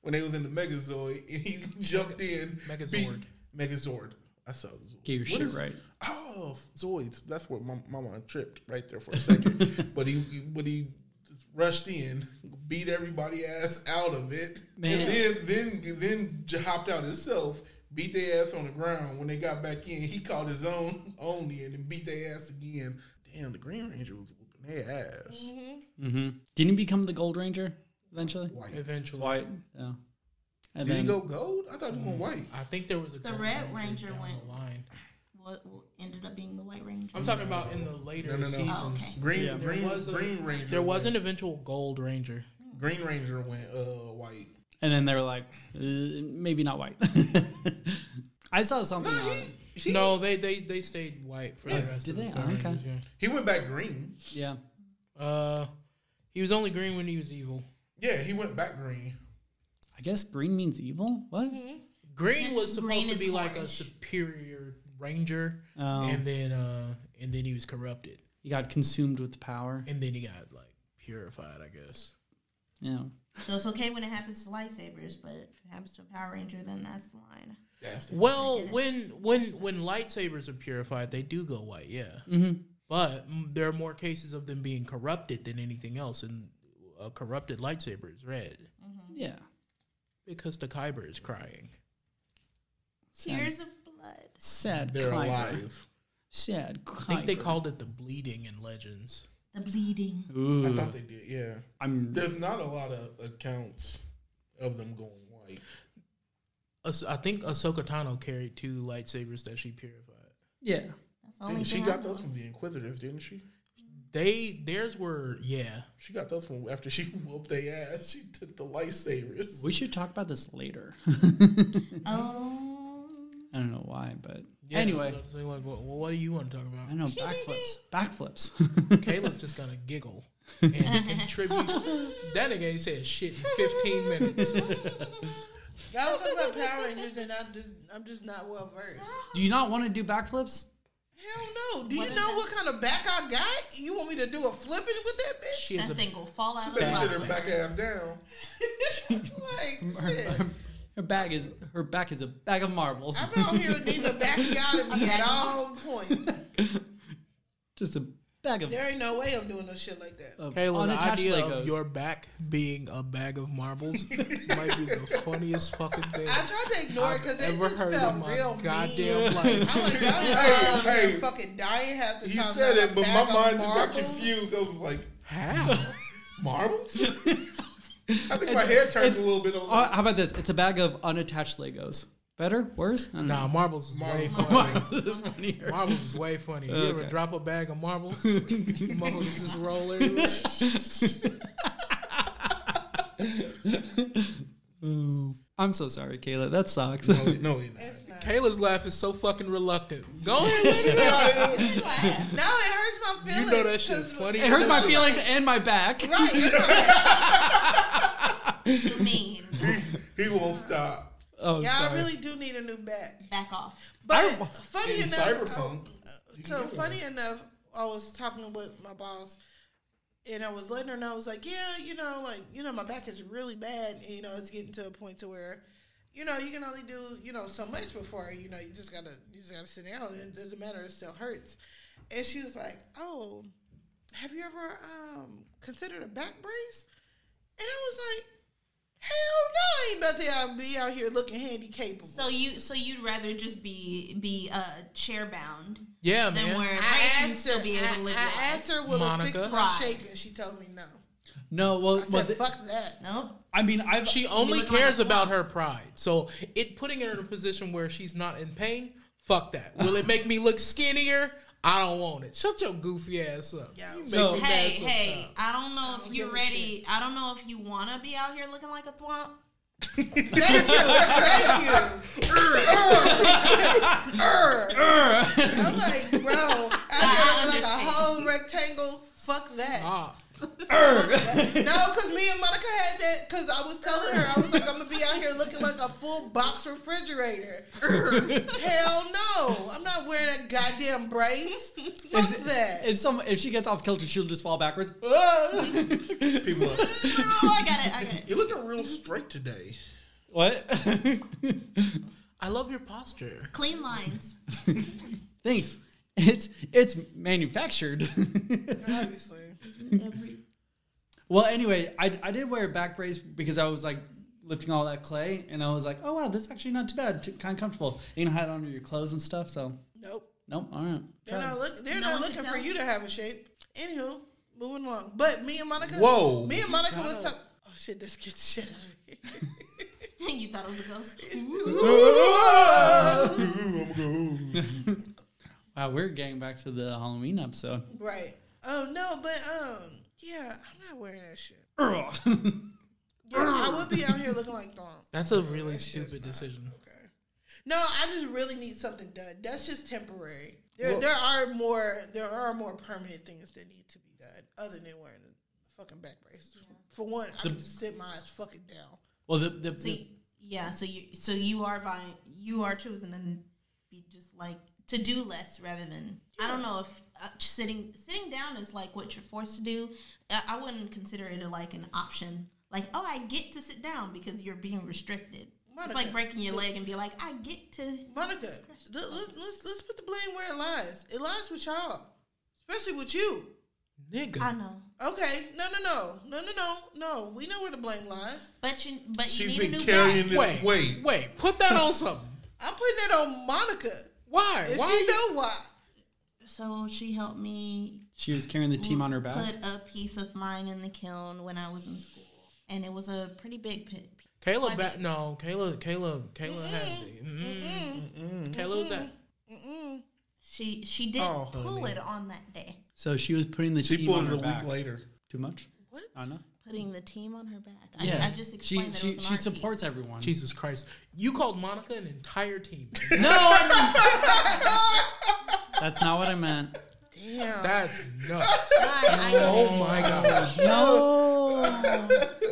S1: when they was in the Megazord and he jumped in.
S4: Megazord.
S1: Beat, Megazord. I saw Zord.
S3: Get your
S1: What
S3: shit
S1: is-
S3: right.
S1: Oh, Zoids. That's where my, my mind tripped right there for a second. but he, he- but he just rushed in, beat everybody ass out of it,
S3: Man.
S1: and then then then j- hopped out himself, beat their ass on the ground. When they got back in, he caught his own own in and beat their ass again. Damn, the Green Ranger was whooping their ass.
S3: Mm-hmm. Didn't he become the Gold Ranger eventually?
S1: White.
S4: Eventually.
S3: White. Yeah. And
S1: Did
S3: then
S1: he go gold? I thought he went white.
S4: I think there was a
S2: The
S4: Gold
S2: Red Ranger
S4: down
S2: went-
S4: the line.
S2: What what ended up being the White Ranger?
S4: I'm talking about in the later
S1: No, no, no.
S4: seasons.
S2: Oh, okay.
S1: Green,
S3: Yeah.
S1: green,
S4: There was a-
S1: green Ranger.
S4: There was an
S1: went-
S4: eventual Gold Ranger.
S1: Green Ranger went uh white.
S3: and then they were like, uh, maybe not white. I saw something. on it.
S1: He,
S4: no, they, they they stayed white for the rest
S3: Did
S4: of
S3: they?
S4: the Gold
S3: Oh, okay.
S4: Rangers,
S1: he went back green.
S3: Yeah.
S4: yeah. Uh, he was only green when he was evil.
S1: Yeah, he went back green.
S3: I guess green means evil. What?
S1: Mm-hmm.
S4: Green was supposed
S2: Green
S4: to
S2: is
S4: be like a
S2: orange.
S4: superior ranger,
S3: Oh.
S4: and then uh, and then he was corrupted,
S3: He got consumed with power.
S4: and then he got like purified, I guess.
S3: Yeah.
S2: So it's okay when it happens to lightsabers, but if it happens to a Power Ranger, then that's the line.
S1: That's the
S4: Well, when when when lightsabers are purified, they do go white, yeah.
S3: Mhm.
S4: But mm, there are more cases of them being corrupted than anything else, and a corrupted lightsaber is red
S3: Yeah.
S4: because the Kyber is crying.
S3: Sad.
S2: Tears of blood.
S3: Sad.
S1: They're
S3: Kyber.
S1: alive.
S3: Sad.
S4: I think they
S3: Kyber.
S4: called it the bleeding in Legends.
S2: The bleeding.
S3: Ooh.
S1: I thought they did. Yeah,
S3: I'm.
S1: there's not a lot of accounts of them going white.
S4: Ahs- I think Ahsoka Tano carried two lightsabers that she purified.
S3: Yeah.
S2: That's the only
S1: she
S2: thing
S1: got
S2: I
S1: those
S2: know.
S1: from the Inquisitors, didn't she?
S4: They theirs were yeah.
S1: She got those from after she whooped their ass. She took the lightsabers.
S3: We should talk about this later.
S2: Oh,
S3: I don't know why, but
S4: Yeah,
S3: anyway,
S4: so you're like, well, what do you want to talk
S3: I
S4: about?
S3: know backflips, backflips.
S4: Kayla's just gonna giggle and contribute. that nigga ain't said shit in 15 minutes.
S5: Y'all talking about Power Rangers, and I'm just I'm just not well versed.
S3: do you not want to do backflips?
S5: Hell no. Do
S2: What
S5: you
S2: is
S5: know
S2: it?
S5: what kind of back I got? You want me to do a flipping with that bitch?
S4: She is
S2: that
S4: a
S2: thing will fall out of
S1: They sit
S2: the
S1: her back ass down.
S5: like
S3: Her,
S5: shit.
S3: her, her bag is her back is a bag of marbles.
S5: I'm out here needing a bacchiotomy at all points.
S3: Just a bag of,
S5: There ain't no way I'm doing no shit like
S1: Uh,
S5: that.
S3: of
S4: Kayla, the
S3: unattached
S4: idea
S3: Legos.
S4: of your back being a bag of marbles might be the funniest fucking thing
S5: I tried to ignore it because it
S4: ever
S5: just
S4: heard in
S5: felt
S4: my
S5: real
S4: goddamn
S5: mean.
S4: life.
S5: I'm like, y'all
S1: Hey,
S5: just hey,
S1: hey.
S5: fucking dying half the
S1: He
S5: time.
S1: said
S5: Y'all
S1: it, but my
S5: back on
S1: mind just got
S5: marbles.
S1: confused. I was like,
S4: How?
S1: marbles? I think my hair turned a
S3: It's-
S1: little bit. I was
S3: Uh,
S1: like,
S3: how about this? It's a bag of unattached Legos. Better? Worse? I don't
S4: Nah, marbles is way
S1: Marbles.
S4: funny.
S3: know. this is funnier.
S4: Marbles is way funny. You ever
S3: Okay.
S4: drop a bag of marbles? Motherfuckers just roll everywhere.
S3: Ooh. I'm so sorry, Kayla. That sucks.
S1: no, it- no, it not.
S5: It's not.
S4: Kayla's laugh is so fucking reluctant. Go ahead. with it.
S2: back. Wow.
S5: No, it hurts my
S4: You
S5: feelings.
S4: know that shit's
S5: 'cause-
S4: funny.
S3: it hurts my feelings and my back.
S5: Right. it's not-
S2: You mean
S1: He won't stop.
S3: Oh,
S5: Y'all
S3: sorry.
S5: really do need a new back.
S2: back off?
S5: But funny
S1: In
S5: enough,
S1: Cyberpunk,
S5: I- so funny enough, I was talking with my boss, and I was letting her know I was like, yeah, you know, like you know, my back is really bad, and you know, it's getting to a point to where, you know, you can only do you know so much before you know you just gotta you just gotta sit down. And it doesn't matter, it still hurts. And she was like, oh, have you ever um considered a back brace? And I was like. Hell no! I ain't about to be out here looking handy capable.
S2: So you so you'd rather just be be uh chair bound
S4: Yeah,
S2: than
S4: man.
S2: wear a
S5: I
S2: brace and
S5: asked her.
S2: still be able to live your
S5: I, I
S2: life.
S5: asked her, "Will it fix
S4: Monica?
S5: my
S2: Right.
S5: shape?" And she told me no.
S3: no, well,
S5: I
S3: well,
S5: said,
S3: th-
S5: "Fuck that."
S2: Nope.
S3: I mean, I've
S4: She only
S2: look like
S4: cares
S2: a-
S4: about her pride. So it putting her in a position where she's not in pain, fuck that. Will it make me look skinnier? I don't want it. Shut your goofy ass up.
S5: Yeah.
S4: You make
S3: So-
S4: me mad
S2: Hey,
S4: sometimes.
S2: hey, I don't know
S5: don't
S2: if you're
S5: give a
S2: ready. I don't know if you want to be out here looking like a thwomp.
S5: Thank you, thank you. Err. Err. I'm like, bro, I
S2: I
S5: feel like a
S2: understand.
S5: whole rectangle. Fuck that.
S4: Ah,
S5: No, because me and Monica had that. Because I was telling her, I was like, I'm gonna be out here looking like a full box refrigerator. Hell no, I'm not wearing a goddamn brace. Fuck that.
S3: if some if she gets off kilter, she'll just fall backwards. what?
S1: People, are,
S2: Oh, I got it. I got it.
S1: you're looking real straight today.
S4: I love your posture.
S2: Clean lines.
S3: Thanks. It's it's manufactured.
S5: Obviously,
S2: Every
S3: well, anyway, I I did wear a back brace because I was like lifting all that clay, and I was like, oh wow, this is actually not too bad, too, kind of comfortable. You can hide under your clothes and stuff. So
S5: nope.
S3: nope, all right.
S5: They're not, look,
S2: No
S5: they're not
S2: one can
S5: looking for
S2: tell.
S5: you to have a shape. Anywho, moving along. But me and Monica.
S1: Whoa.
S5: Me and Monica was talking. Oh shit! This gets shit out of here.
S2: you thought it was a ghost.
S3: Wow, we're getting back to the Halloween episode.
S5: Right. Oh no, but um, yeah, I'm not wearing that shit. Yeah, I would be out here looking like Thorn.
S4: That's a really
S5: That shit's
S4: stupid
S5: not-
S4: decision.
S5: Okay. No, I just really need something done. That's just temporary. There,
S1: Well-
S5: there are more. There are more permanent things that need to be done other than wearing a fucking back brace. For one, I can just sit my ass fucking down.
S3: Well, the, the,
S2: So y- yeah, so you so you are buying you are choosing to be just like to do less rather than I don't know if uh, sitting sitting down is like what you're forced to do. I, I wouldn't consider it a, like an option. Like oh, I get to sit down because you're being restricted.
S5: Monica.
S2: It's like breaking your leg and be like I get to.
S5: Monica, let, let, let's let's put the blame where it lies. It lies with y'all, especially with you.
S4: Nigga.
S2: I know,
S5: Okay, no, no, no, no, no, no, no. We know where the blame lies.
S2: but you but
S1: She's
S2: you need a
S1: been
S2: new
S1: carrying
S2: back.
S1: this weight.
S4: wait, wait, wait. Put that on something.
S5: I'm putting that on Monica.
S4: Why?
S5: And
S4: Why?
S5: she
S4: are you-
S5: know why.
S2: So she helped me
S3: she was carrying the team on her back.
S2: put a piece of mine in the kiln when I was in school, and it was a pretty big pit.
S4: Kayla back. No, Kayla. Kayla. Kayla had. Mm, Kayla was that.
S5: Mm-mm.
S2: She she did
S1: Oh,
S2: not
S1: honey.
S2: pull it on that day,
S3: So she was putting the
S1: She
S3: team
S1: pulled
S3: on
S1: it
S3: her
S1: a
S3: back.
S1: week later.
S3: Too much?
S5: What?
S3: I know.
S2: putting the team on her back.
S3: yeah.
S2: I, I just explained
S3: she
S2: that
S3: she, she supports
S2: her.
S3: everyone.
S4: Jesus Christ. You called Monica an entire team.
S3: no. I didn't. That's not what I meant.
S5: Damn.
S4: That's nuts.
S2: I get
S4: Oh
S2: it.
S4: my gosh.
S2: No,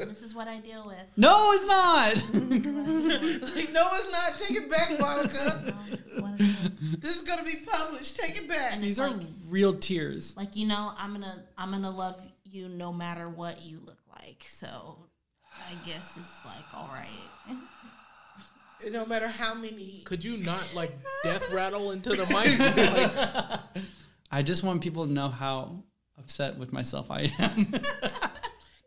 S2: this is what I deal with.
S3: No, it's
S2: Mm-hmm.
S3: not.
S5: Like, no, it's not. Take it back, Monica.
S2: No, this is what I deal with.
S5: this is gonna be published. Take it back.
S3: These are real tears.
S2: like you know i'm gonna i'm gonna love you no matter what you look like so i guess it's like all right
S5: No matter how many.
S4: Could you not like death rattle into the mic? Like,
S3: I just want people to know how upset with myself I am.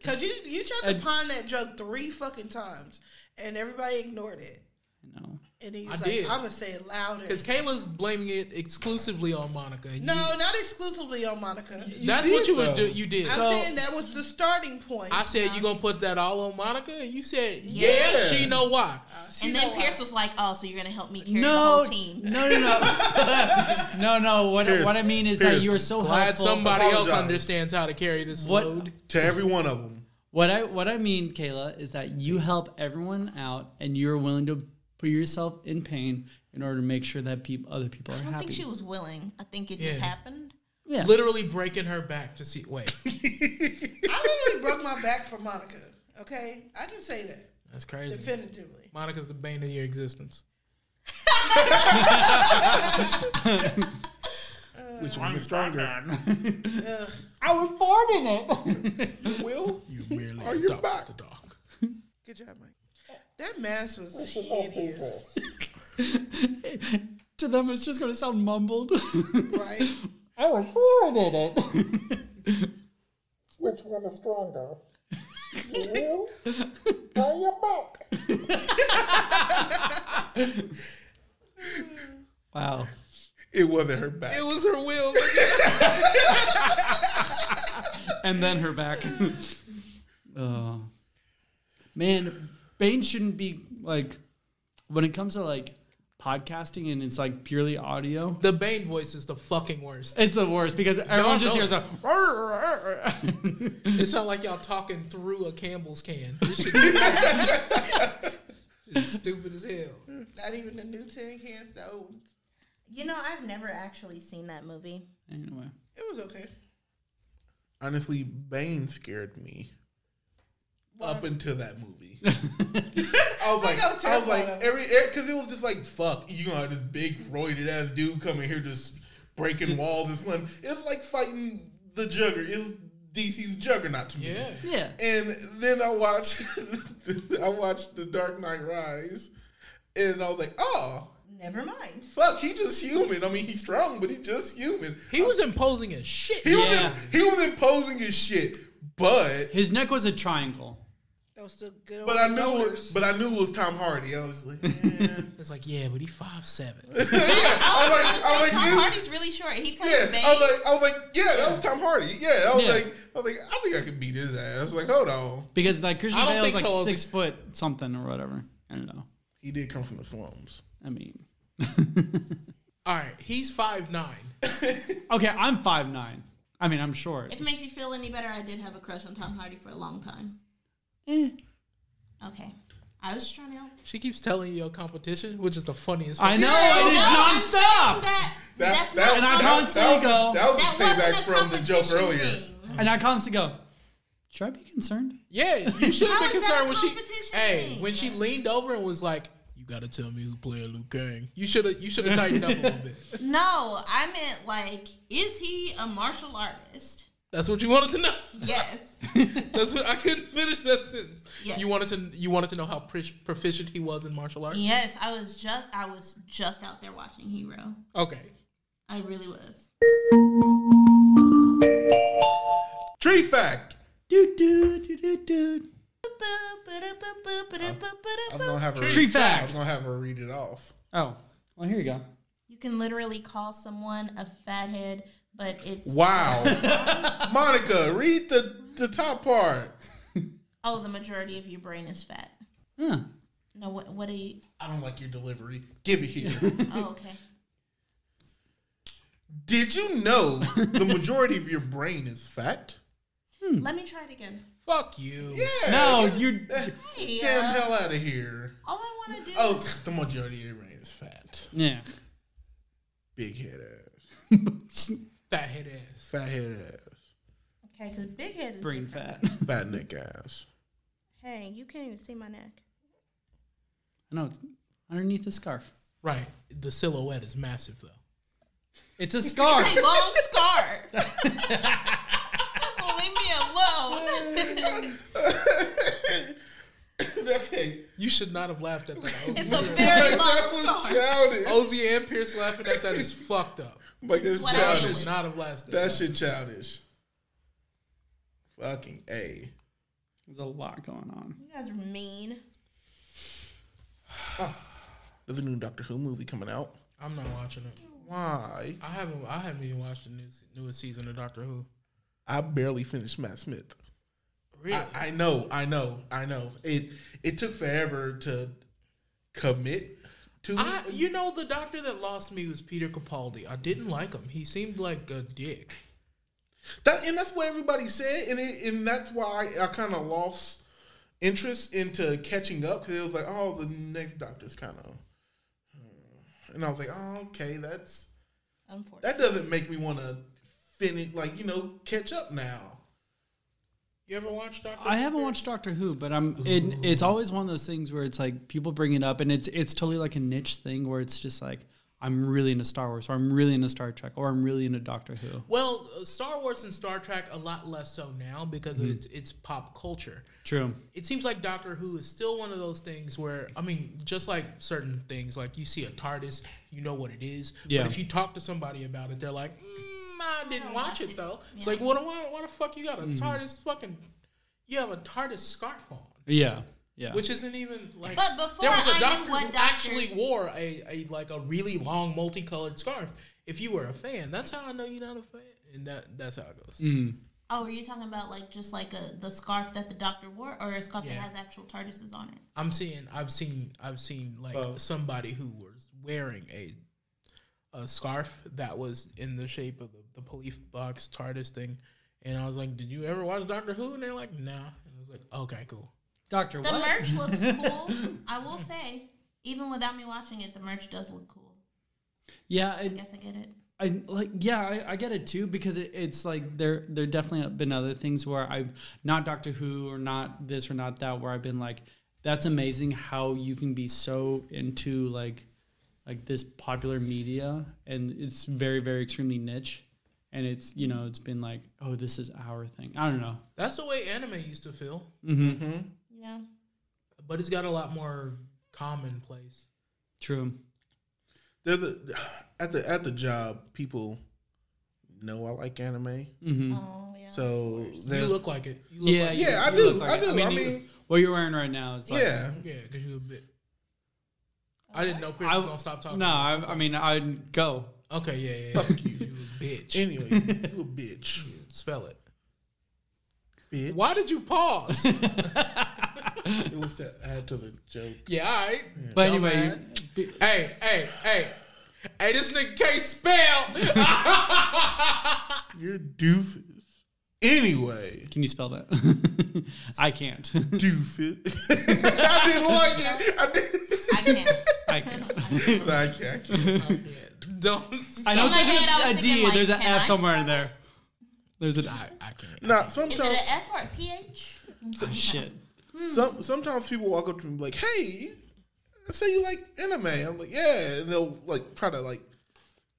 S5: Cause you you tried
S4: Uh,
S3: And-
S5: to pawn that joke three fucking times, and everybody ignored it.
S3: you know.
S5: And he
S4: I
S5: was
S4: did.
S5: like, "I'm gonna say it louder."
S4: Because Kayla's blaming it exclusively on Monica. You-
S5: No, not exclusively on Monica.
S4: that's
S1: You
S4: what
S1: did,
S4: you would
S1: though.
S4: do. You did.
S5: I'm
S3: So-
S5: saying that was the starting point.
S4: I said you gonna put that all on Monica, and you said yeah.
S1: Yeah.
S4: She know why.
S5: She
S2: and
S5: know
S2: then
S5: why.
S2: pierce was like oh so you're gonna help me carry the
S3: No,
S2: whole team
S3: no, no, no, no, no. What
S1: Pierce,
S3: what I mean is that
S1: Pierce,
S3: you are so
S4: Glad
S3: helpful.
S4: somebody else
S1: Apologize.
S4: understands how to carry this
S3: What-
S4: load.
S1: To every one of them.
S3: What I what I mean, Kayla, is that you help everyone out, and you're willing to put yourself in pain in order to make sure that peop other people are
S2: i don't
S3: happy.
S2: think she was willing i think it just
S4: Yeah.
S2: happened
S3: yeah.
S4: Literally breaking her back to see. Wait,
S5: I literally broke my back for Monica. Okay, I can say that
S4: that's crazy.
S5: definitively.
S4: Monica's the bane of your existence.
S1: Which one is stronger?
S5: Ugh.
S3: I was born in it.
S1: Will?
S4: You merely
S1: Are you
S4: adopt
S1: back?
S4: the dog.
S5: Good job, Mike. That mask was hideous,
S3: to them, it's just going to sound mumbled.
S5: right?
S3: I was born in it.
S6: Which one is stronger? you or your back?
S3: Wow.
S1: It wasn't her back.
S4: It was her will.
S3: and then her back. oh. Man, Bane shouldn't be like when it comes to like podcasting and it's like purely audio.
S4: the bane voice is the fucking worst.
S3: It's the worst because everyone just
S4: no.
S3: hears a.
S4: It sounds like y'all talking through a Campbell's can. This shit is This is stupid as hell.
S5: Not even the new tin cans, the old ones.
S2: you know i've never actually seen that movie
S3: anyway,
S5: It was okay.
S1: Honestly, Bane scared me. Up until that movie, I was
S5: Like,
S1: like,
S5: I was
S1: I was like,
S5: terrified of it.
S1: every because it was just like, fuck, you gonna have this big roided ass dude coming here just breaking walls and slim. It's like fighting the Jugger. It's DC's Juggernaut to me.
S4: Yeah.
S3: yeah.
S1: And then I watched, I watched The Dark Knight Rise, and I was like, oh,
S2: never mind
S1: fuck, he just human. I mean, he's strong, but he just human.
S4: He was imposing as shit.
S1: He
S3: Yeah.
S1: was he was imposing his shit, but
S3: His neck was a triangle.
S5: Those still good. Old
S1: but I knew it,
S5: rollers.
S1: but I knew it was Tom Hardy. I was like, eh.
S4: It's like, yeah, but he five seven.
S1: I was like, I was like,
S2: Oh, tom
S1: dude,
S2: hardy's really short he plays
S1: Oh, yeah. Oh,
S2: Bane.
S1: I was like, I was like, yeah, that was Tom Hardy. Yeah, I was
S3: Yeah.
S1: like, I was like, I think I could beat his ass. Like, hold on,
S3: Because like Christian
S4: I don't
S3: Bale is
S4: think
S3: like
S4: so.
S3: six foot something or whatever. I don't know.
S1: he did come from the slums.
S3: I mean,
S4: All right, he's five nine.
S3: okay, I'm five nine. I mean, I'm short.
S2: if it makes you feel any better i did have a crush on tom hardy for a long time
S3: Eh.
S2: okay i was trying to help
S4: She keeps telling you your competition, which is the funniest.
S3: I
S4: fucking-
S3: know
S2: Yeah,
S3: it is
S2: no, I'm
S3: nonstop.
S2: that,
S1: That
S2: that's
S1: that,
S2: not
S3: And
S1: that,
S3: I can't
S1: that, that,
S3: go.
S1: was, that was
S2: that
S1: his
S2: wasn't
S1: payback
S2: a
S1: from the joke
S2: competition
S1: earlier.
S2: thing.
S3: And I constantly go, should I be concerned?
S4: Yeah, you should have
S2: How
S4: been
S2: is that a
S4: concerned when she.
S2: competition
S4: Hey,
S2: thing?
S4: when she leaned over and was like, "You gotta tell me who playing Luke Kang." You should have. You should have tightened up a little bit.
S2: No, I meant like, is he a martial artist?
S4: That's what you wanted to know.
S2: Yes.
S4: That's what I couldn't finish that sentence.
S2: Yeah.
S4: You wanted to. You wanted to know how pr- proficient he was in martial arts.
S2: yes, I was just I was just out there watching Hero.
S4: Okay.
S2: I really was.
S1: Tree fact.
S3: Do do do do do.
S1: I was gonna have her
S3: Tree
S1: read,
S3: fact.
S1: I was gonna have her read it off.
S3: Oh, well, here you go.
S2: You can literally call someone a fathead, but it's
S1: Wow, Monica, read the the top part.
S2: oh, the majority of your brain is fat.
S3: Huh.
S2: No, what what are you?
S1: I don't like your delivery. Give it here.
S2: Oh, okay.
S1: Did you know the majority of your brain is fat?
S2: Let me try it again.
S4: Fuck you.
S1: Yeah.
S3: No, you.
S2: Hey,
S1: Damn
S2: uh,
S1: hell out of here.
S2: all I want to do.
S1: Oh, the majority of your brain is fat.
S3: Yeah.
S1: Big head ass.
S4: Fat head ass.
S1: Fat head ass.
S2: Okay, because big head is.
S3: Brain fat.
S1: Fat neck ass.
S2: Hey, you can't even see my neck.
S3: I know. It's underneath the scarf.
S4: Right. The silhouette is massive though.
S3: It's a scarf.
S2: Hey, long scarf. Leave me alone.
S1: okay.
S4: You should not have laughed at that.
S2: It's a
S4: Ozzy-
S2: very long
S1: that was
S2: scarf.
S1: childish.
S3: Oh,
S4: Ozzy and Pierce laughing at that is fucked up.
S1: like, that's
S2: What
S4: I
S2: I
S1: childish.
S4: should not have laughed at
S1: That
S4: that.
S1: shit childish. Fucking A.
S3: There's a lot going on.
S2: You guys are mean.
S1: There's a new Doctor Who movie coming out.
S4: I'm not watching it.
S1: Why?
S4: I haven't. I haven't even watched the new, newest season of Doctor Who.
S1: I barely finished Matt Smith.
S4: Really?
S1: I, I know, I know, I know. It it took forever to commit to
S4: I, you know, the doctor that lost me was Peter Capaldi. I didn't like him. He seemed like a dick.
S1: that, and that's what everybody said, and it, and that's why I, I kind of lost interest into catching up because it was like, oh, the next Doctor's kind of, and I was like, oh, okay, that's
S2: Unfortunately.
S1: that doesn't make me want to finish, like you know, catch up now.
S4: You ever watched Doctor?
S3: I
S4: Who?
S3: haven't watched Doctor Who, but I'm. It, it's always one of those things where it's like people bring it up, and it's it's totally like a niche thing where it's just like I'm really into Star Wars, or I'm really into Star Trek, or I'm really into Doctor Who.
S4: Well, uh, Star Wars and Star Trek a lot less so now because it's it's pop culture.
S3: True.
S4: It seems like Doctor Who is still one of those things where I mean, just like certain things, like you see a TARDIS, you know what it is.
S3: Yeah.
S4: But if you talk to somebody about it, they're like, mm, "I didn't watch it though." It's
S2: Yeah.
S4: like, what? Why, why the fuck you got a TARDIS? Fucking, you have a TARDIS scarf on.
S3: Yeah. Yeah.
S4: Which isn't even like.
S2: But before
S4: there was a
S2: I knew
S4: doctor
S2: what
S4: who
S2: doctor-
S4: actually wore a, a like a really long multicolored scarf. If you were a fan, that's how I know you're not a fan, and that that's how it goes.
S3: Mm.
S2: Oh, are you talking about like just like a the scarf that the doctor wore, or a scarf
S4: Yeah.
S2: that has actual TARDISes on it?
S4: I'm seeing, I've seen, I've seen like
S3: Both.
S4: somebody who was wearing a a scarf that was in the shape of the, the police box TARDIS thing, and I was like, "Did you ever watch Doctor Who?" And they're like, "Nah," and I was like, "Okay, cool."
S3: Doctor
S2: The
S3: what?
S2: merch looks cool. I will say, even without me watching it, the merch does look cool.
S3: yeah.
S2: I
S3: It,
S2: guess I get it.
S3: I like. Yeah. I, I get it too because it, it's like there there definitely have been other things where I've not Doctor Who or not this or not that where I've been like that's amazing how you can be so into like like this popular media and it's very very extremely niche and it's you know it's been like oh this is our thing i don't know
S4: That's the way anime used to feel,
S2: Yeah.
S4: but it's got a lot more commonplace.
S3: true
S1: There's a, at the at the job, people know I like anime,
S3: hmm
S2: Oh yeah.
S1: so
S4: Mm-hmm. you
S1: they
S4: look like it. You look
S3: yeah
S4: like,
S3: you-
S1: Yeah, I
S3: you
S1: do,
S3: look like
S1: I
S3: it.
S1: do, I
S3: you-
S1: mean-
S3: what you're wearing right now is like
S1: yeah.
S4: yeah, because you a bit. I didn't know Pierce
S3: I-
S4: was gonna stop talking.
S3: no I, I mean i'd go
S4: Okay, yeah, yeah. yeah. you, you a bitch.
S1: Anyway, you a bitch.
S4: Spell it.
S1: Bitch.
S4: Why did you pause?
S1: It was to add to the joke.
S4: yeah, all right.
S3: but anyway
S4: Dumbass.
S3: you-
S4: Hey, hey, hey. Hey, this nigga can't spell.
S1: You're doofus. Anyway,
S3: can you spell that i can't
S1: doofus. I didn't like it. I didn't.
S2: I can't.
S3: i can't
S1: I can't. I can't.
S4: Don't.
S3: i know
S2: In my head, I was
S3: there's a, a d
S2: thinking, like,
S3: there's an
S2: can
S3: f
S2: I
S3: somewhere in there there's an i
S4: I can't.
S1: Nah,
S2: Is it an
S1: sometimes
S2: F or a PH?
S3: shit
S1: some sometimes people walk up to me like, "Hey, say you like anime." I'm like, "Yeah," and they'll like try to like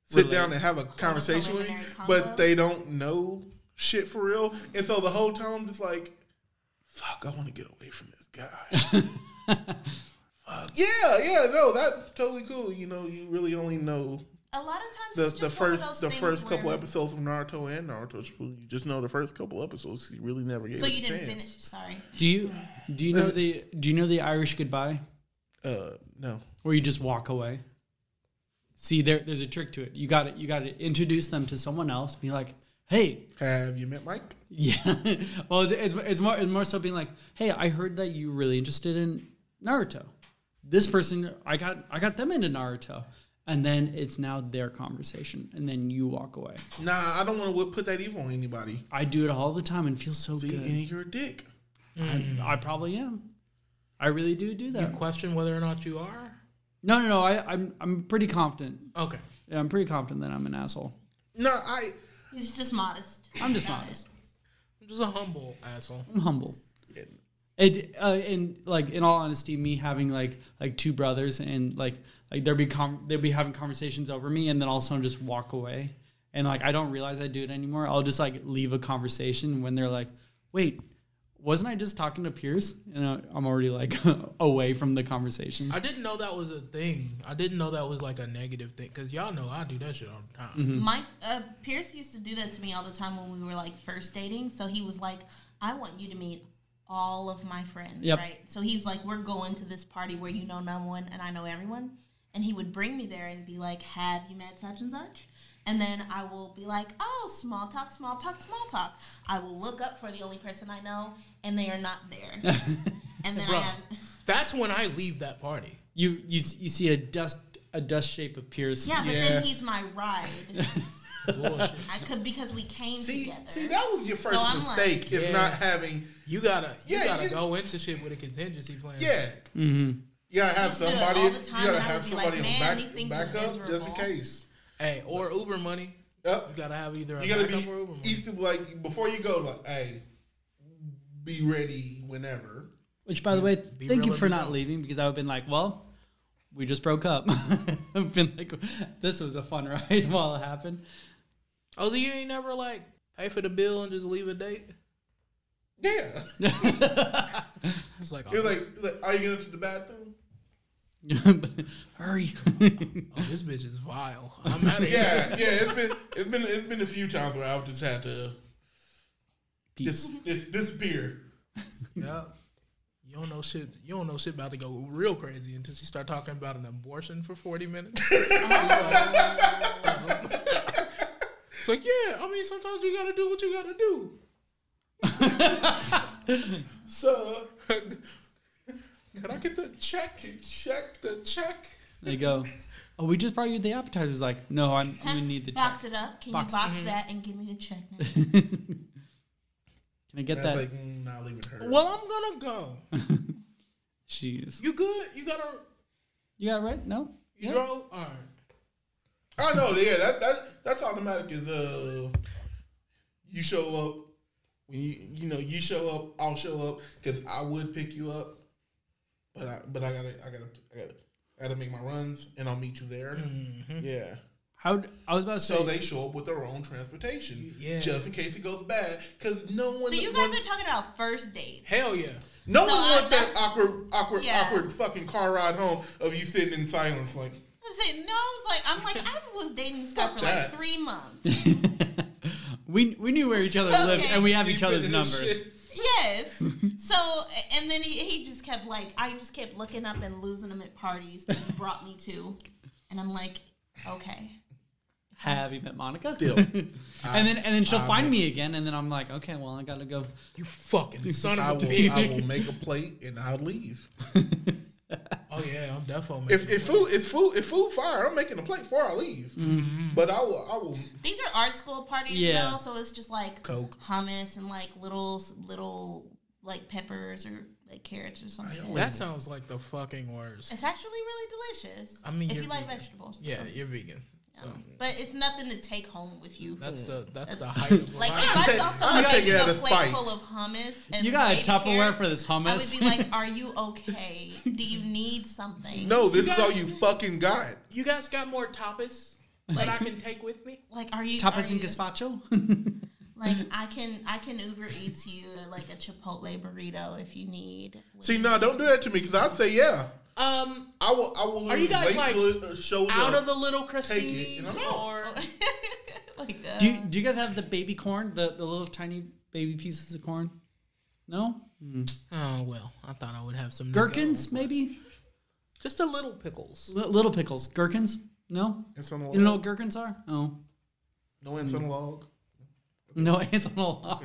S1: sit
S3: Relate.
S1: down and have a conversation with me,
S2: preliminary
S1: but
S2: combo.
S1: they don't know shit for real, and so the whole time I'm just like, "Fuck, I want to get away from this guy." Fuck. Yeah, yeah, no, that's totally cool. You know, you really only know
S2: A lot of times
S1: the,
S2: it's just
S1: the
S2: one of those
S1: first the
S2: things
S1: first couple
S2: where-
S1: episodes of Naruto and Naruto Shippuden. You just know the first couple episodes. 'cause You really never get.
S2: So you didn't finish. Sorry.
S3: Do you do you know the do you know the Irish goodbye
S1: Uh, no.
S3: where you just walk away? See, there there's a trick to it. You got to You got to introduce them to someone else. Be like, hey,
S1: Have you met Mike?
S3: yeah. well, it's, it's it's more it's more so being like, hey, I heard that you were really interested in Naruto. This person, I got I got them into Naruto, and then it's now their conversation, and then you walk away.
S1: Nah, I don't want to put that evil on anybody.
S3: I do it all the time and feel so
S1: See,
S3: good.
S1: and you're a dick.
S3: I, I probably am. I really do do
S4: You
S3: that.
S4: question whether or not you are?
S3: no, no, no. I, I'm I'm pretty confident.
S4: Okay.
S3: Yeah, I'm pretty confident that I'm an asshole.
S1: No, I.
S2: He's just modest.
S3: I'm just
S2: Got
S3: modest.
S2: it.
S4: I'm just a humble asshole.
S3: I'm humble. It uh, and like in all honesty, me having like like two brothers and like like they'll be com- they'll be having conversations over me, and then all of a sudden just walk away, and like I don't realize I do it anymore. I'll just like leave a conversation when they're like, "Wait, wasn't I just talking to Pierce?" And I- I'm already like away from the conversation.
S4: I didn't know that was a thing. I didn't know that was like a negative thing because y'all know I do that shit all the time.
S3: Mm-hmm.
S1: Mm.
S2: Mike uh, Pierce used to do that to me all the time when we were like first dating. So he was like, "I want you to meet all of my friends,
S3: Yep.
S2: right?" So he was like, "We're going to this party where you know no one and I know everyone," and he would bring me there and be like, "Have you met such and such?" And then I will be like, "Oh, small talk, small talk, small talk." I will look up for the only person I know, and they are not there. and then I
S4: Bruh.
S2: have,
S4: That's when I leave that party.
S3: You you you see a dust a dust shape of Pierce.
S2: yeah, but
S1: Yeah.
S2: then he's my ride.
S4: Bullshit.
S2: I could because we came
S1: See,
S2: together.
S1: see, that was your first
S2: I'm like,
S1: mistake is
S4: Yeah.
S1: not having.
S4: You gotta, you
S1: Yeah,
S4: gotta
S1: you-
S4: go into shit with a contingency plan.
S1: Yeah. Mm-hmm. You gotta have
S2: Used to do it
S1: somebody.
S2: all
S1: You
S2: the time,
S1: gotta
S2: and I would
S1: have
S2: be like,
S1: somebody
S2: "Man,
S1: on
S2: these
S1: back,
S2: things
S1: back
S2: are
S1: up just in
S2: miserable."
S1: case.
S4: Hey, or Uber money. You
S1: Yep.
S4: gotta have either a
S1: You gotta
S4: backup or Uber
S1: be
S4: money.
S1: Easter like before you go. Like, hey, be ready whenever.
S3: Which, by the way,
S4: be
S3: thank you
S4: real
S3: for
S4: and be
S3: not
S4: real.
S3: leaving because I've been like, well, we just broke up. I've been like, this was a fun ride while it happened.
S4: Oh, so you ain't never like pay for the bill and just leave a date?
S1: Yeah.
S4: It's like, oh,
S1: You're like, like, are you going to the bathroom?
S3: Hurry.
S4: oh, this bitch is vile. I'm out of here.
S1: Yeah, yeah. It's been it's been it's been a few times where I've just had to dis-
S3: Peace.
S1: dis- disappear.
S4: Yep. You don't know shit. You don't know shit about to go real crazy until she start talking about an abortion for forty minutes. uh-huh. it's like, yeah. I mean, sometimes you gotta do what you gotta do.
S1: So
S4: Can I get the check? Check the check.
S3: They go, oh, we just brought you the appetizers. Like, no, I'm, I'm going to need the check.
S2: box it up. Can
S3: Box-
S2: you box that and give me the check now?
S3: Can I get
S1: that's
S3: that?
S1: like, mm, not leaving her.
S4: Well, I'm gonna go.
S3: Jeez.
S4: You good? You gotta.
S3: You got it right? No?
S4: You
S3: Yeah.
S4: drove. All right.
S1: I know. Yeah, that that that's automatic. Is uh, you show up when you you know you show up. I'll show up because I would pick you up, but I but I gotta I gotta I gotta I gotta make my runs and I'll meet you there.
S2: Mm-hmm.
S1: Yeah.
S3: How, d- I was about to say,
S1: So they show up with their own transportation,
S4: Yeah.
S1: just in case it goes bad. Because no one,
S2: so you guys
S1: wants,
S2: are talking about first date.
S4: Hell yeah.
S1: no
S2: so
S1: one
S2: I-
S1: wants that awkward, awkward,
S2: Yeah.
S1: awkward fucking car ride home of you sitting in silence. Like,
S2: I said no. I was like, I'm like, I was dating this guy
S1: Fuck
S2: for
S1: that.
S2: like three months.
S3: we, we knew where each other lived
S2: Okay.
S3: and we have each
S4: You
S3: other's
S4: been in this
S3: numbers.
S4: shit.
S2: yes. So and then he, he just kept like I just kept looking up and losing him at parties that he brought me to, and I'm like, okay.
S3: Have you met Monica?
S1: Still.
S3: and then and then she'll find me again, and then I'm like, okay, well, I gotta go.
S4: You fucking son
S1: I
S4: of a
S1: will, I
S4: bitch.
S1: will make a plate and I'll leave.
S4: Oh yeah, I'm definitely.
S1: If, if food, if food, if food fire, I'm making a plate before I leave.
S4: Mm-hmm.
S1: But I will, I will.
S2: These are art school parties
S3: Yeah.
S2: though, so it's just like
S1: Coke.
S2: hummus and like little little like peppers or like carrots or something.
S4: That sounds like the fucking worst.
S2: It's actually really delicious.
S4: I mean,
S2: if
S4: you're
S2: you like
S4: vegan.
S2: vegetables,
S4: Yeah, you're vegan.
S2: Yeah. But it's nothing to take home with you.
S4: That's the that's the height of
S2: like
S4: variety.
S2: if I saw
S1: take- I'll
S2: someone
S1: take
S2: taking
S1: it
S2: a
S1: out
S2: plate
S1: of spite.
S2: full of hummus, and
S3: You got a
S2: baby
S3: Tupperware
S2: carrots,
S3: for this
S2: I
S3: hummus?
S2: would be like, "Are you okay? Do you need something?"
S1: No, this
S4: You
S1: is all
S4: guys-
S1: you fucking got.
S4: You guys got more tapas that I can take with me?
S2: Like, are you are
S3: Tapas
S2: you-
S3: and gazpacho?
S2: Like, I can I can Uber Eats you like a Chipotle burrito if you need.
S1: See, no, don't do that to me because I say yeah.
S4: Um,
S1: I will, I will.
S4: Are you guys, like,
S1: show
S4: out of the little
S1: Take it,
S4: Christie's
S1: and I'm out.
S4: or
S2: like, uh,
S3: Do you, do you guys have the baby corn, the, the little tiny baby pieces of corn? No?
S4: oh well, I thought I would have some to go.
S3: Gherkins, maybe?
S4: just a little pickles.
S3: Li- little pickles. Gherkins? No? You don't know what gherkins are? Oh.
S1: no ensign log.
S3: No, it's on a log.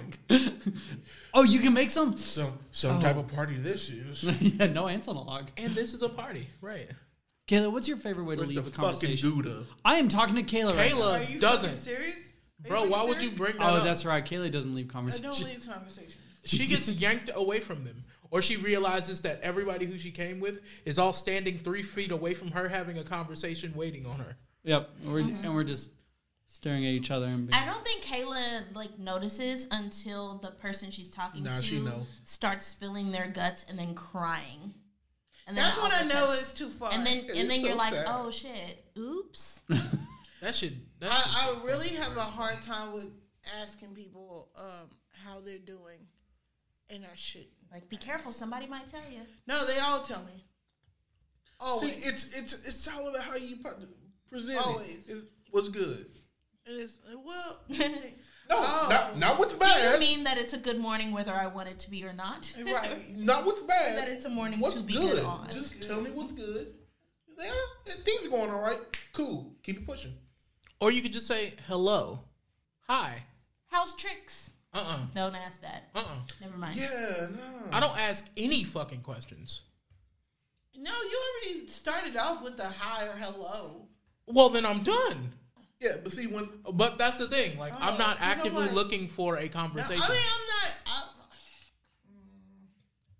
S3: oh, you can make some?
S4: Oh.
S1: Some some type of party this is.
S3: yeah, no ants on a log.
S4: And this is a party, right?
S3: Kayla, what's your favorite way to
S1: Where's the
S3: leave a
S1: fucking
S3: conversation?
S1: Gouda?
S3: I am talking to Kayla. right now.
S5: Are
S4: Kayla
S5: you fucking
S4: doesn't.
S5: serious? Are
S4: Bro,
S5: fucking
S4: why would you
S5: serious?
S4: bring that
S3: Oh,
S4: up?
S3: that's right. Kayla doesn't leave
S5: I
S3: conversations.
S5: don't leave conversations.
S4: she gets yanked away from them. Or she realizes that everybody who she came with is all standing three feet away from her having a conversation waiting on her.
S3: Yep. We're, And we're just staring at each other and being,
S2: I don't think Kayla like notices until the person she's talking
S1: Nah,
S2: to
S1: she know.
S2: starts spilling their guts and then crying. And
S5: That's
S2: all
S5: when
S2: of
S5: I
S2: a
S5: know
S2: sudden-
S5: it's too far.
S2: And then
S1: It is
S2: and then
S1: so
S2: you're like,
S1: sad.
S2: oh shit, oops.
S4: That should. That should
S5: I, I really have a hard time with asking people um, how they're doing, and I shouldn't.
S2: like, be careful, somebody might tell you.
S5: No, they all tell me. Oh,
S1: See, it's it's it's all about how you pre- present
S4: Oh,
S5: Always.
S1: it. It's what's good.
S5: it is. Well, no,
S1: No,
S4: Oh.
S5: Oh.
S1: not not what's
S2: Do you
S1: bad.
S2: mean that it's a good morning whether I want it to be or not?
S5: right.
S1: Not what's bad.
S2: that it's a morning
S1: what's
S2: to be
S1: good?
S2: good on.
S1: Just tell me what's good. Yeah, things are going all right. Cool. Keep it pushing.
S4: Or you could just say hello, hi.
S2: House tricks.
S4: Uh uh-uh,
S2: Don't ask that.
S4: uh.
S2: Never mind.
S1: Yeah, no.
S4: I don't ask any fucking questions.
S5: No, you already started off with the hi or hello.
S4: Well, then I'm done.
S1: Yeah, but see when
S4: But that's the thing. Like,
S5: Oh,
S4: I'm not
S5: you know
S4: actively
S5: what?
S4: looking for a
S5: No, I mean,
S4: conversation.
S5: I'm not. I,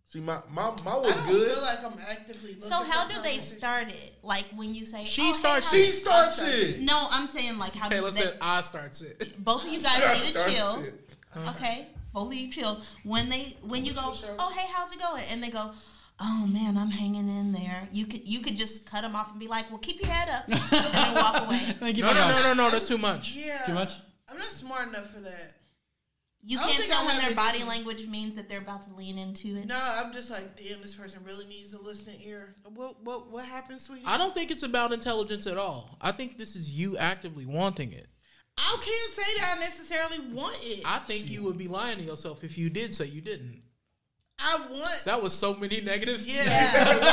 S1: see my my my
S5: I
S1: was
S5: don't
S1: good.
S5: feel like I'm actively. Looking
S2: So how
S5: for
S2: do they
S5: conversation.
S2: start it? Like when you say
S4: She
S2: "Oh, hey,
S4: starts
S2: how you-"
S1: she starts it.
S2: No, I'm saying like how do
S4: Kayla
S2: they?
S4: said I starts it.
S2: both of you
S1: Yeah,
S2: guys need to
S1: starts
S2: chill.
S1: it.
S2: Okay, both of you chill. When they when you go,
S1: chill, Cheryl?
S2: oh hey, how's it going? And they go, oh man, I'm hanging in there. You could you could just cut them off and be like, well, keep your head up, and then walk away.
S3: Thank you
S4: No,
S3: for
S4: no,
S3: that.
S4: no, no, no. That's too much.
S5: Yeah.
S3: Too much?
S5: I'm not smart enough for that.
S2: You
S5: I don't
S2: can't
S5: think I
S2: tell when
S5: have
S2: their
S5: any-
S2: body language means that they're about to lean into it.
S5: No, I'm just like, damn, this person really needs a listening ear. What what what happened, sweetie?
S4: I don't think it's about intelligence at all. I think this is you actively wanting it.
S5: I can't say that I necessarily want it. I,
S4: I think you would be lying to yourself if you did say you didn't.
S5: want.
S4: That was so many negatives.
S5: yeah, it was.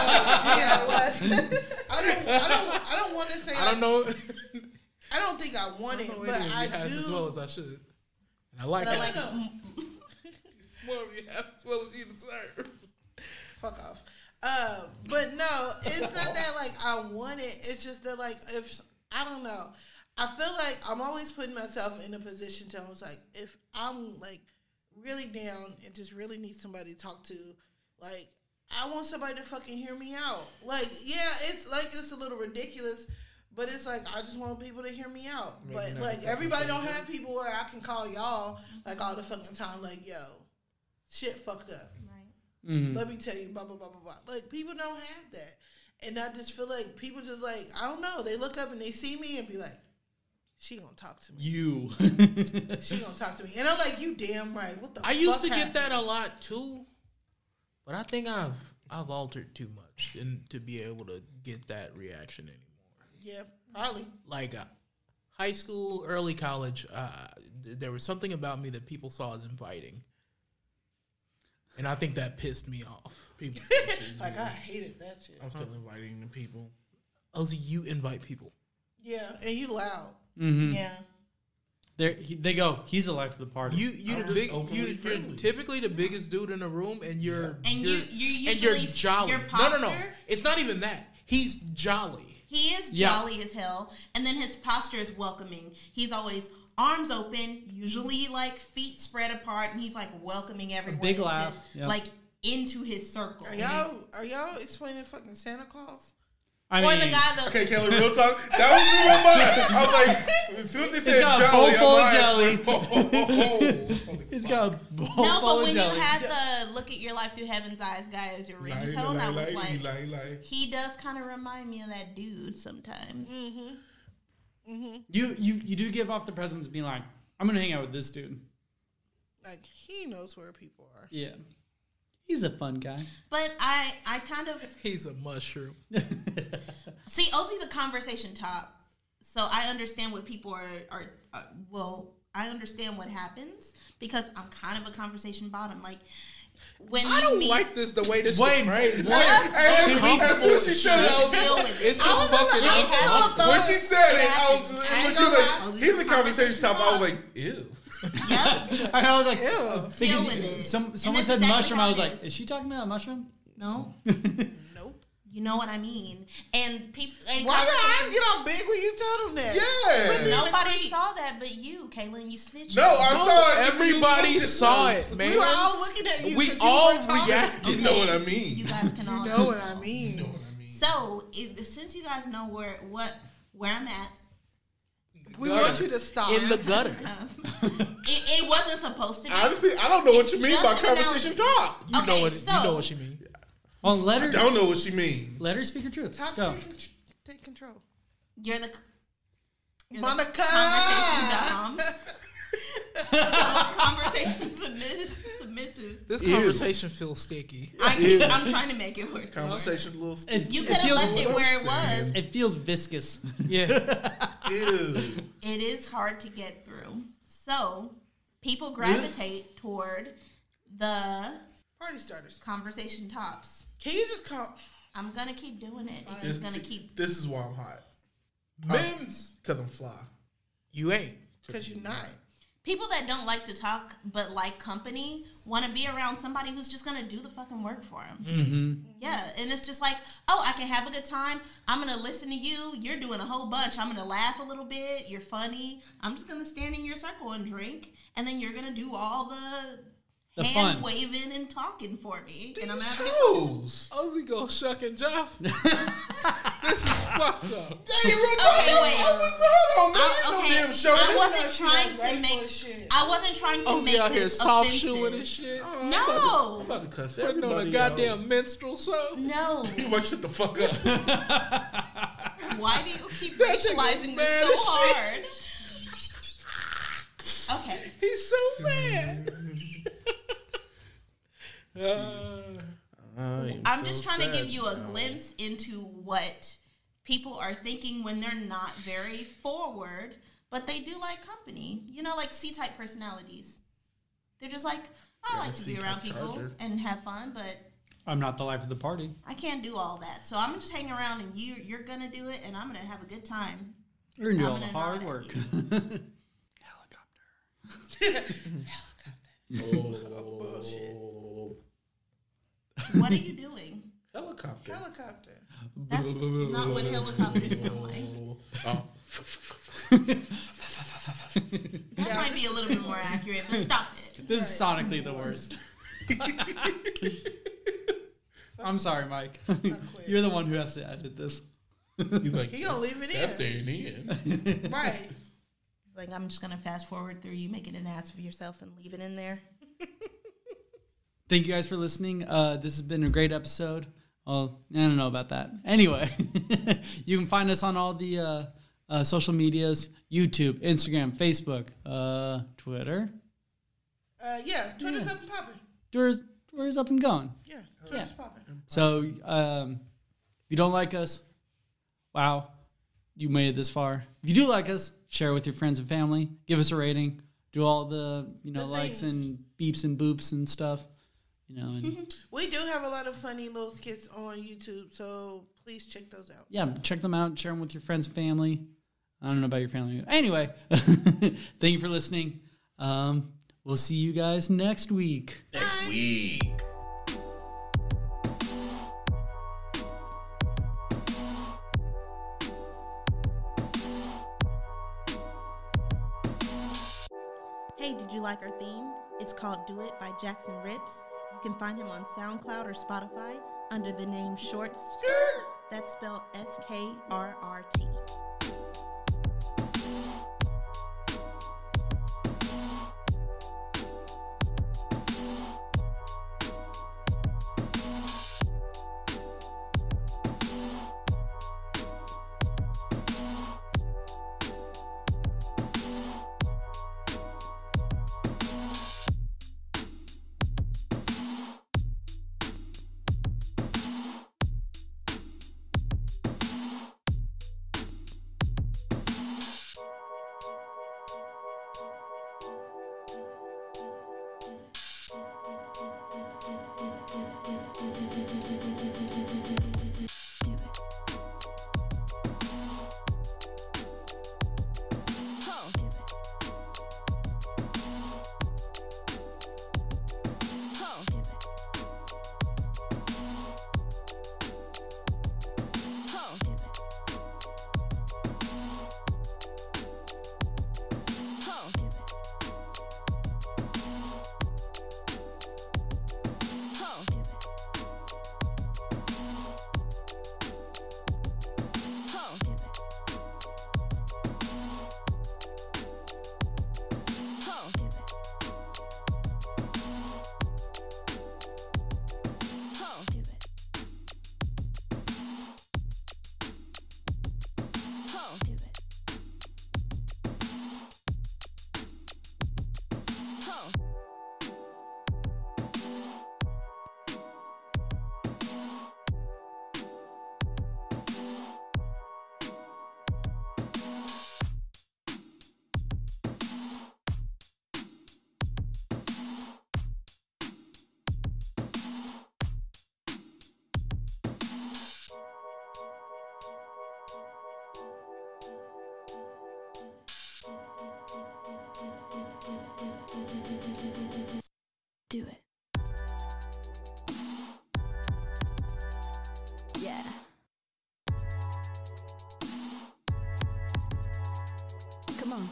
S5: yeah, it was. I don't. I don't. I don't want to say.
S4: I don't know.
S5: I don't think I want it,
S4: Some
S5: but
S4: ideas you
S5: I
S4: have
S5: do.
S4: as well as I should. And I like
S2: But I
S4: that.
S2: like,
S4: more of you have as well as you deserve.
S5: fuck off. Um, but no, it's not that like I want it. It's just that like if I don't know, I feel like I'm always putting myself in a position to almost like if I'm like really down and just really need somebody to talk to, like I want somebody to fucking hear me out. Like yeah, it's like it's a little ridiculous. But it's like I just want people to hear me out. but like everybody don't have people where I can call y'all like all the fucking time. Like yo, shit fucked up
S4: Mm-hmm.
S3: Mhm.
S5: let me tell you, blah blah blah blah blah. Like people don't have that, and I just feel like people just like I don't know. They look up and they see me and be like, "She gonna talk to me.
S3: You.
S5: She gonna talk to me." And I'm like, "You damn right. What the?"
S4: I used to
S5: fuck
S4: get that a
S5: happened?"
S4: lot too, but I think I've I've altered too much and to be able to get that reaction anymore.
S5: Yeah, probably.
S4: Like uh, high school, early college, uh, th- there was something about me that people saw as inviting, and I think that pissed me off. People,
S5: Like I hated that shit.
S4: Oh.
S1: I'm still inviting the people.
S4: Ozzy, you invite people.
S5: Yeah, and you loud.
S4: Mm-hmm.
S3: Mhm.
S2: yeah.
S3: They're- he- They go, he's the life of the party.
S4: You you
S1: I'm just
S4: the big
S1: openly
S4: you, you're
S1: friendly.
S4: typically the biggest dude in the room, and you're
S2: And you-
S4: you're,
S2: you
S4: and you're
S2: usually s-
S4: jolly.
S2: your
S4: no, no, no.
S2: posture-
S4: It's not even that. He's jolly.
S2: He is
S3: Yeah.
S2: jolly as hell, and then his posture is welcoming. He's always arms open, usually like feet spread apart, and he's like welcoming everyone.
S3: big
S2: into-
S3: laugh, yeah.
S2: like into his circle.
S5: Are y'all are y'all explaining fucking Santa Claus?
S3: I
S2: or
S3: mean,
S2: the guy that
S1: Okay, Kelly, real talk. That was new on mine. I was like, as soon as they said
S3: got a
S1: jolly,
S3: bowl
S1: I'm
S3: full
S1: like, oh, oh, oh, oh.
S3: He's got a bowl
S2: no,
S3: full
S2: but
S3: of
S2: when
S3: jelly.
S2: you had the look at your life through heaven's eyes guy as your
S1: Lie, lie,
S2: ringtone, I was
S1: lie,
S2: like,
S1: lie, lie.
S2: he does kind of remind me of that dude sometimes.
S3: you, you, you do give off the presence of being like, I'm going to hang out with this dude.
S5: Like he knows where people are.
S3: Yeah. He's a fun guy.
S2: But I, I kind of
S4: He's a mushroom.
S2: See, Ozzy's a conversation top, so I understand what people are, are are. Well, I understand what happens because I'm kind of a conversation bottom. Like when
S4: I
S2: you
S4: don't
S2: meet,
S4: like this the way this
S3: Wait,
S4: is
S1: Hey,
S4: phrased.
S1: hey,
S4: Being
S1: that's- that's what she said. I was-
S2: deal with
S4: It's
S2: it.
S4: just fucking
S2: I
S4: awful.
S2: have-
S1: When she said it, I was
S2: I ain't
S1: when she
S2: gonna
S1: was
S2: lie.
S1: like, here's the conversation top. I was like, ew.
S2: Yep.
S3: I was like, uh,
S5: Ew.
S2: Deal with it.
S3: because some,
S2: And
S3: someone
S2: that's
S3: said
S2: exactly
S3: mushroom.
S2: how
S3: I
S2: it
S3: was like,
S2: is.
S3: is she talking about a mushroom?
S2: No,
S5: Nope.
S2: you You know what I mean? And people. And
S5: Why your eyes
S2: conversations-
S5: get all big when you tell them that?
S1: Yeah.
S2: Nobody
S5: Creep.
S2: saw that but you, Kaylin. You snitched.
S1: No, I saw it.
S4: Everybody
S1: You looked at
S4: saw
S1: us.
S4: it, man.
S5: We were all looking at you.
S4: We
S5: 'cause you
S4: all
S5: weren't talking.
S4: reacted.
S1: You know what I mean.
S2: You guys can all
S5: You know what I mean?
S1: You know what I mean.
S2: So it, since you guys know where what where I'm at,
S5: We
S4: Gutter.
S5: want you to stop.
S4: in the gutter.
S2: it, it wasn't supposed to be.
S1: Honestly, I don't know what
S2: It's
S1: you mean
S2: just
S1: by
S2: an
S1: conversation talk.
S4: You know
S2: Okay,
S4: what
S2: so
S4: you know what she means.
S3: Well, let
S1: I
S3: her,
S1: don't know what she means.
S3: let her speak her truth.
S5: Top
S3: Go.
S5: take, con- take control.
S2: you're the you're the
S5: Monica!
S2: conversation dom. so conversation submissive. submissive.
S4: This
S1: Ew.
S4: conversation feels sticky.
S2: I keep, I'm trying to make it worse.
S1: Conversation a little
S3: It,
S2: You
S3: it
S2: could have
S3: feels-
S2: left it
S1: what
S2: where
S1: I'm
S2: it was.
S3: It feels viscous.
S4: Yeah.
S1: ew.
S2: It is hard to get through. So people gravitate toward the
S5: Party starters.
S2: conversation tops.
S5: Can you just call?
S2: I'm gonna keep doing it. It's
S1: This,
S2: just gonna keep.
S1: this is why I'm hot.
S4: Mims.
S1: Because I'm fly.
S4: You ain't.
S5: Cause you're not.
S2: People that don't like to talk but like company want to be around somebody who's just gonna do the fucking work for them.
S4: Mm-hmm.
S2: Yeah, and it's just like, oh, I can have a good time. I'm gonna listen to you. You're doing a whole bunch. I'm gonna laugh a little bit. You're funny. I'm just gonna stand in your circle and drink, and then you're gonna do all the,
S3: The
S2: hand
S3: fun.
S2: waving and talking for me. and I'm
S1: These
S2: having
S1: hoes.
S4: Ozzy go shuck and Jeff. this is fucked up.
S1: They were
S2: Okay,
S1: talking- I
S2: wait.
S1: was like, hold on, man.
S2: I,
S1: Ain't
S2: okay,
S1: no damn show.
S2: I
S5: Now
S2: wasn't
S5: she
S2: trying
S5: ungrateful
S2: to make.
S5: as shit.
S2: I wasn't trying to
S4: Ozzy
S2: make
S4: out here
S2: this
S4: soft
S2: offensive.
S4: shoeing and shit.
S1: Oh, I'm about to- I'm
S2: No,
S1: about to cuss
S4: Putting on a
S1: everybody
S4: goddamn
S1: out.
S4: minstrel show.
S2: no.
S1: You might shut the fuck up.
S2: Why do you keep
S4: That nigga
S2: racializing
S4: mad
S2: this so
S4: as
S2: hard? Okay,
S4: He's so mad. Uh,
S2: I'm just trying to give you a glimpse into what people are thinking when they're not very forward, but they do like company. You know, like C-type personalities. They're just like, I like to be
S1: C-type
S2: around people
S1: charger.
S2: and have fun, but
S3: I'm not the life of the party.
S2: I can't do all that. So I'm just hanging around, and you you're gonna do it, and I'm gonna have a good time.
S3: You're gonna do
S2: I'm
S3: all the
S2: gonna
S3: hard
S2: nod at
S3: work.
S2: you.
S3: Helicopter.
S2: What are you doing?
S1: Helicopter.
S5: Helicopter.
S2: That's not what helicopters sound like.
S1: Oh.
S2: That
S5: Yeah.
S2: might be a little bit more accurate, but stop it.
S3: This is sonically the worst. I'm sorry, Mike.
S5: quit.
S3: You're the one who has to edit this.
S1: You like,
S5: He gonna leave it
S1: that's
S5: in.
S1: staying in.
S5: Right.
S2: It's like I'm just gonna fast forward through you making an ass of yourself and leave it in there.
S3: Thank you guys for listening. Uh, this has been a great episode. Well, I don't know about that. Anyway, you can find us on all the uh, uh, social medias YouTube, Instagram, Facebook, uh, Twitter.
S5: Uh, yeah. Twitter's
S3: Yeah.
S5: up and popping.
S3: Twitter's, Twitter's up and going.
S5: Yeah. Twitter's popping.
S3: So um, if you don't like us, wow, you made it this far. If you do like us, share with your friends and family. Give us a rating. Do all the you know
S5: The
S3: likes
S5: things.
S3: and beeps and boops and stuff. You know, and
S5: We do have a lot of funny little skits on YouTube, so please check those out.
S3: yeah, check them out. Share them with your friends and family. I don't know about your family. Anyway, thank you for listening. Um, we'll see you guys next week.
S1: Next week.
S2: Hey, did you like our theme? It's called Do It by Jackson Rips. You can find him on SoundCloud or Spotify under the name Short Skirt. That's spelled S K R R T. Yeah.
S7: Come on.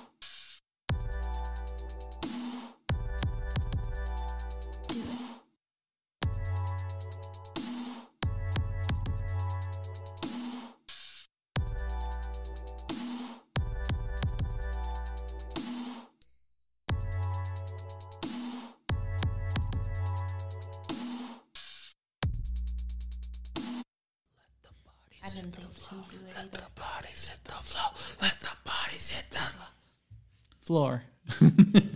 S7: Do it.
S2: I didn't think you do it either.
S5: Floor.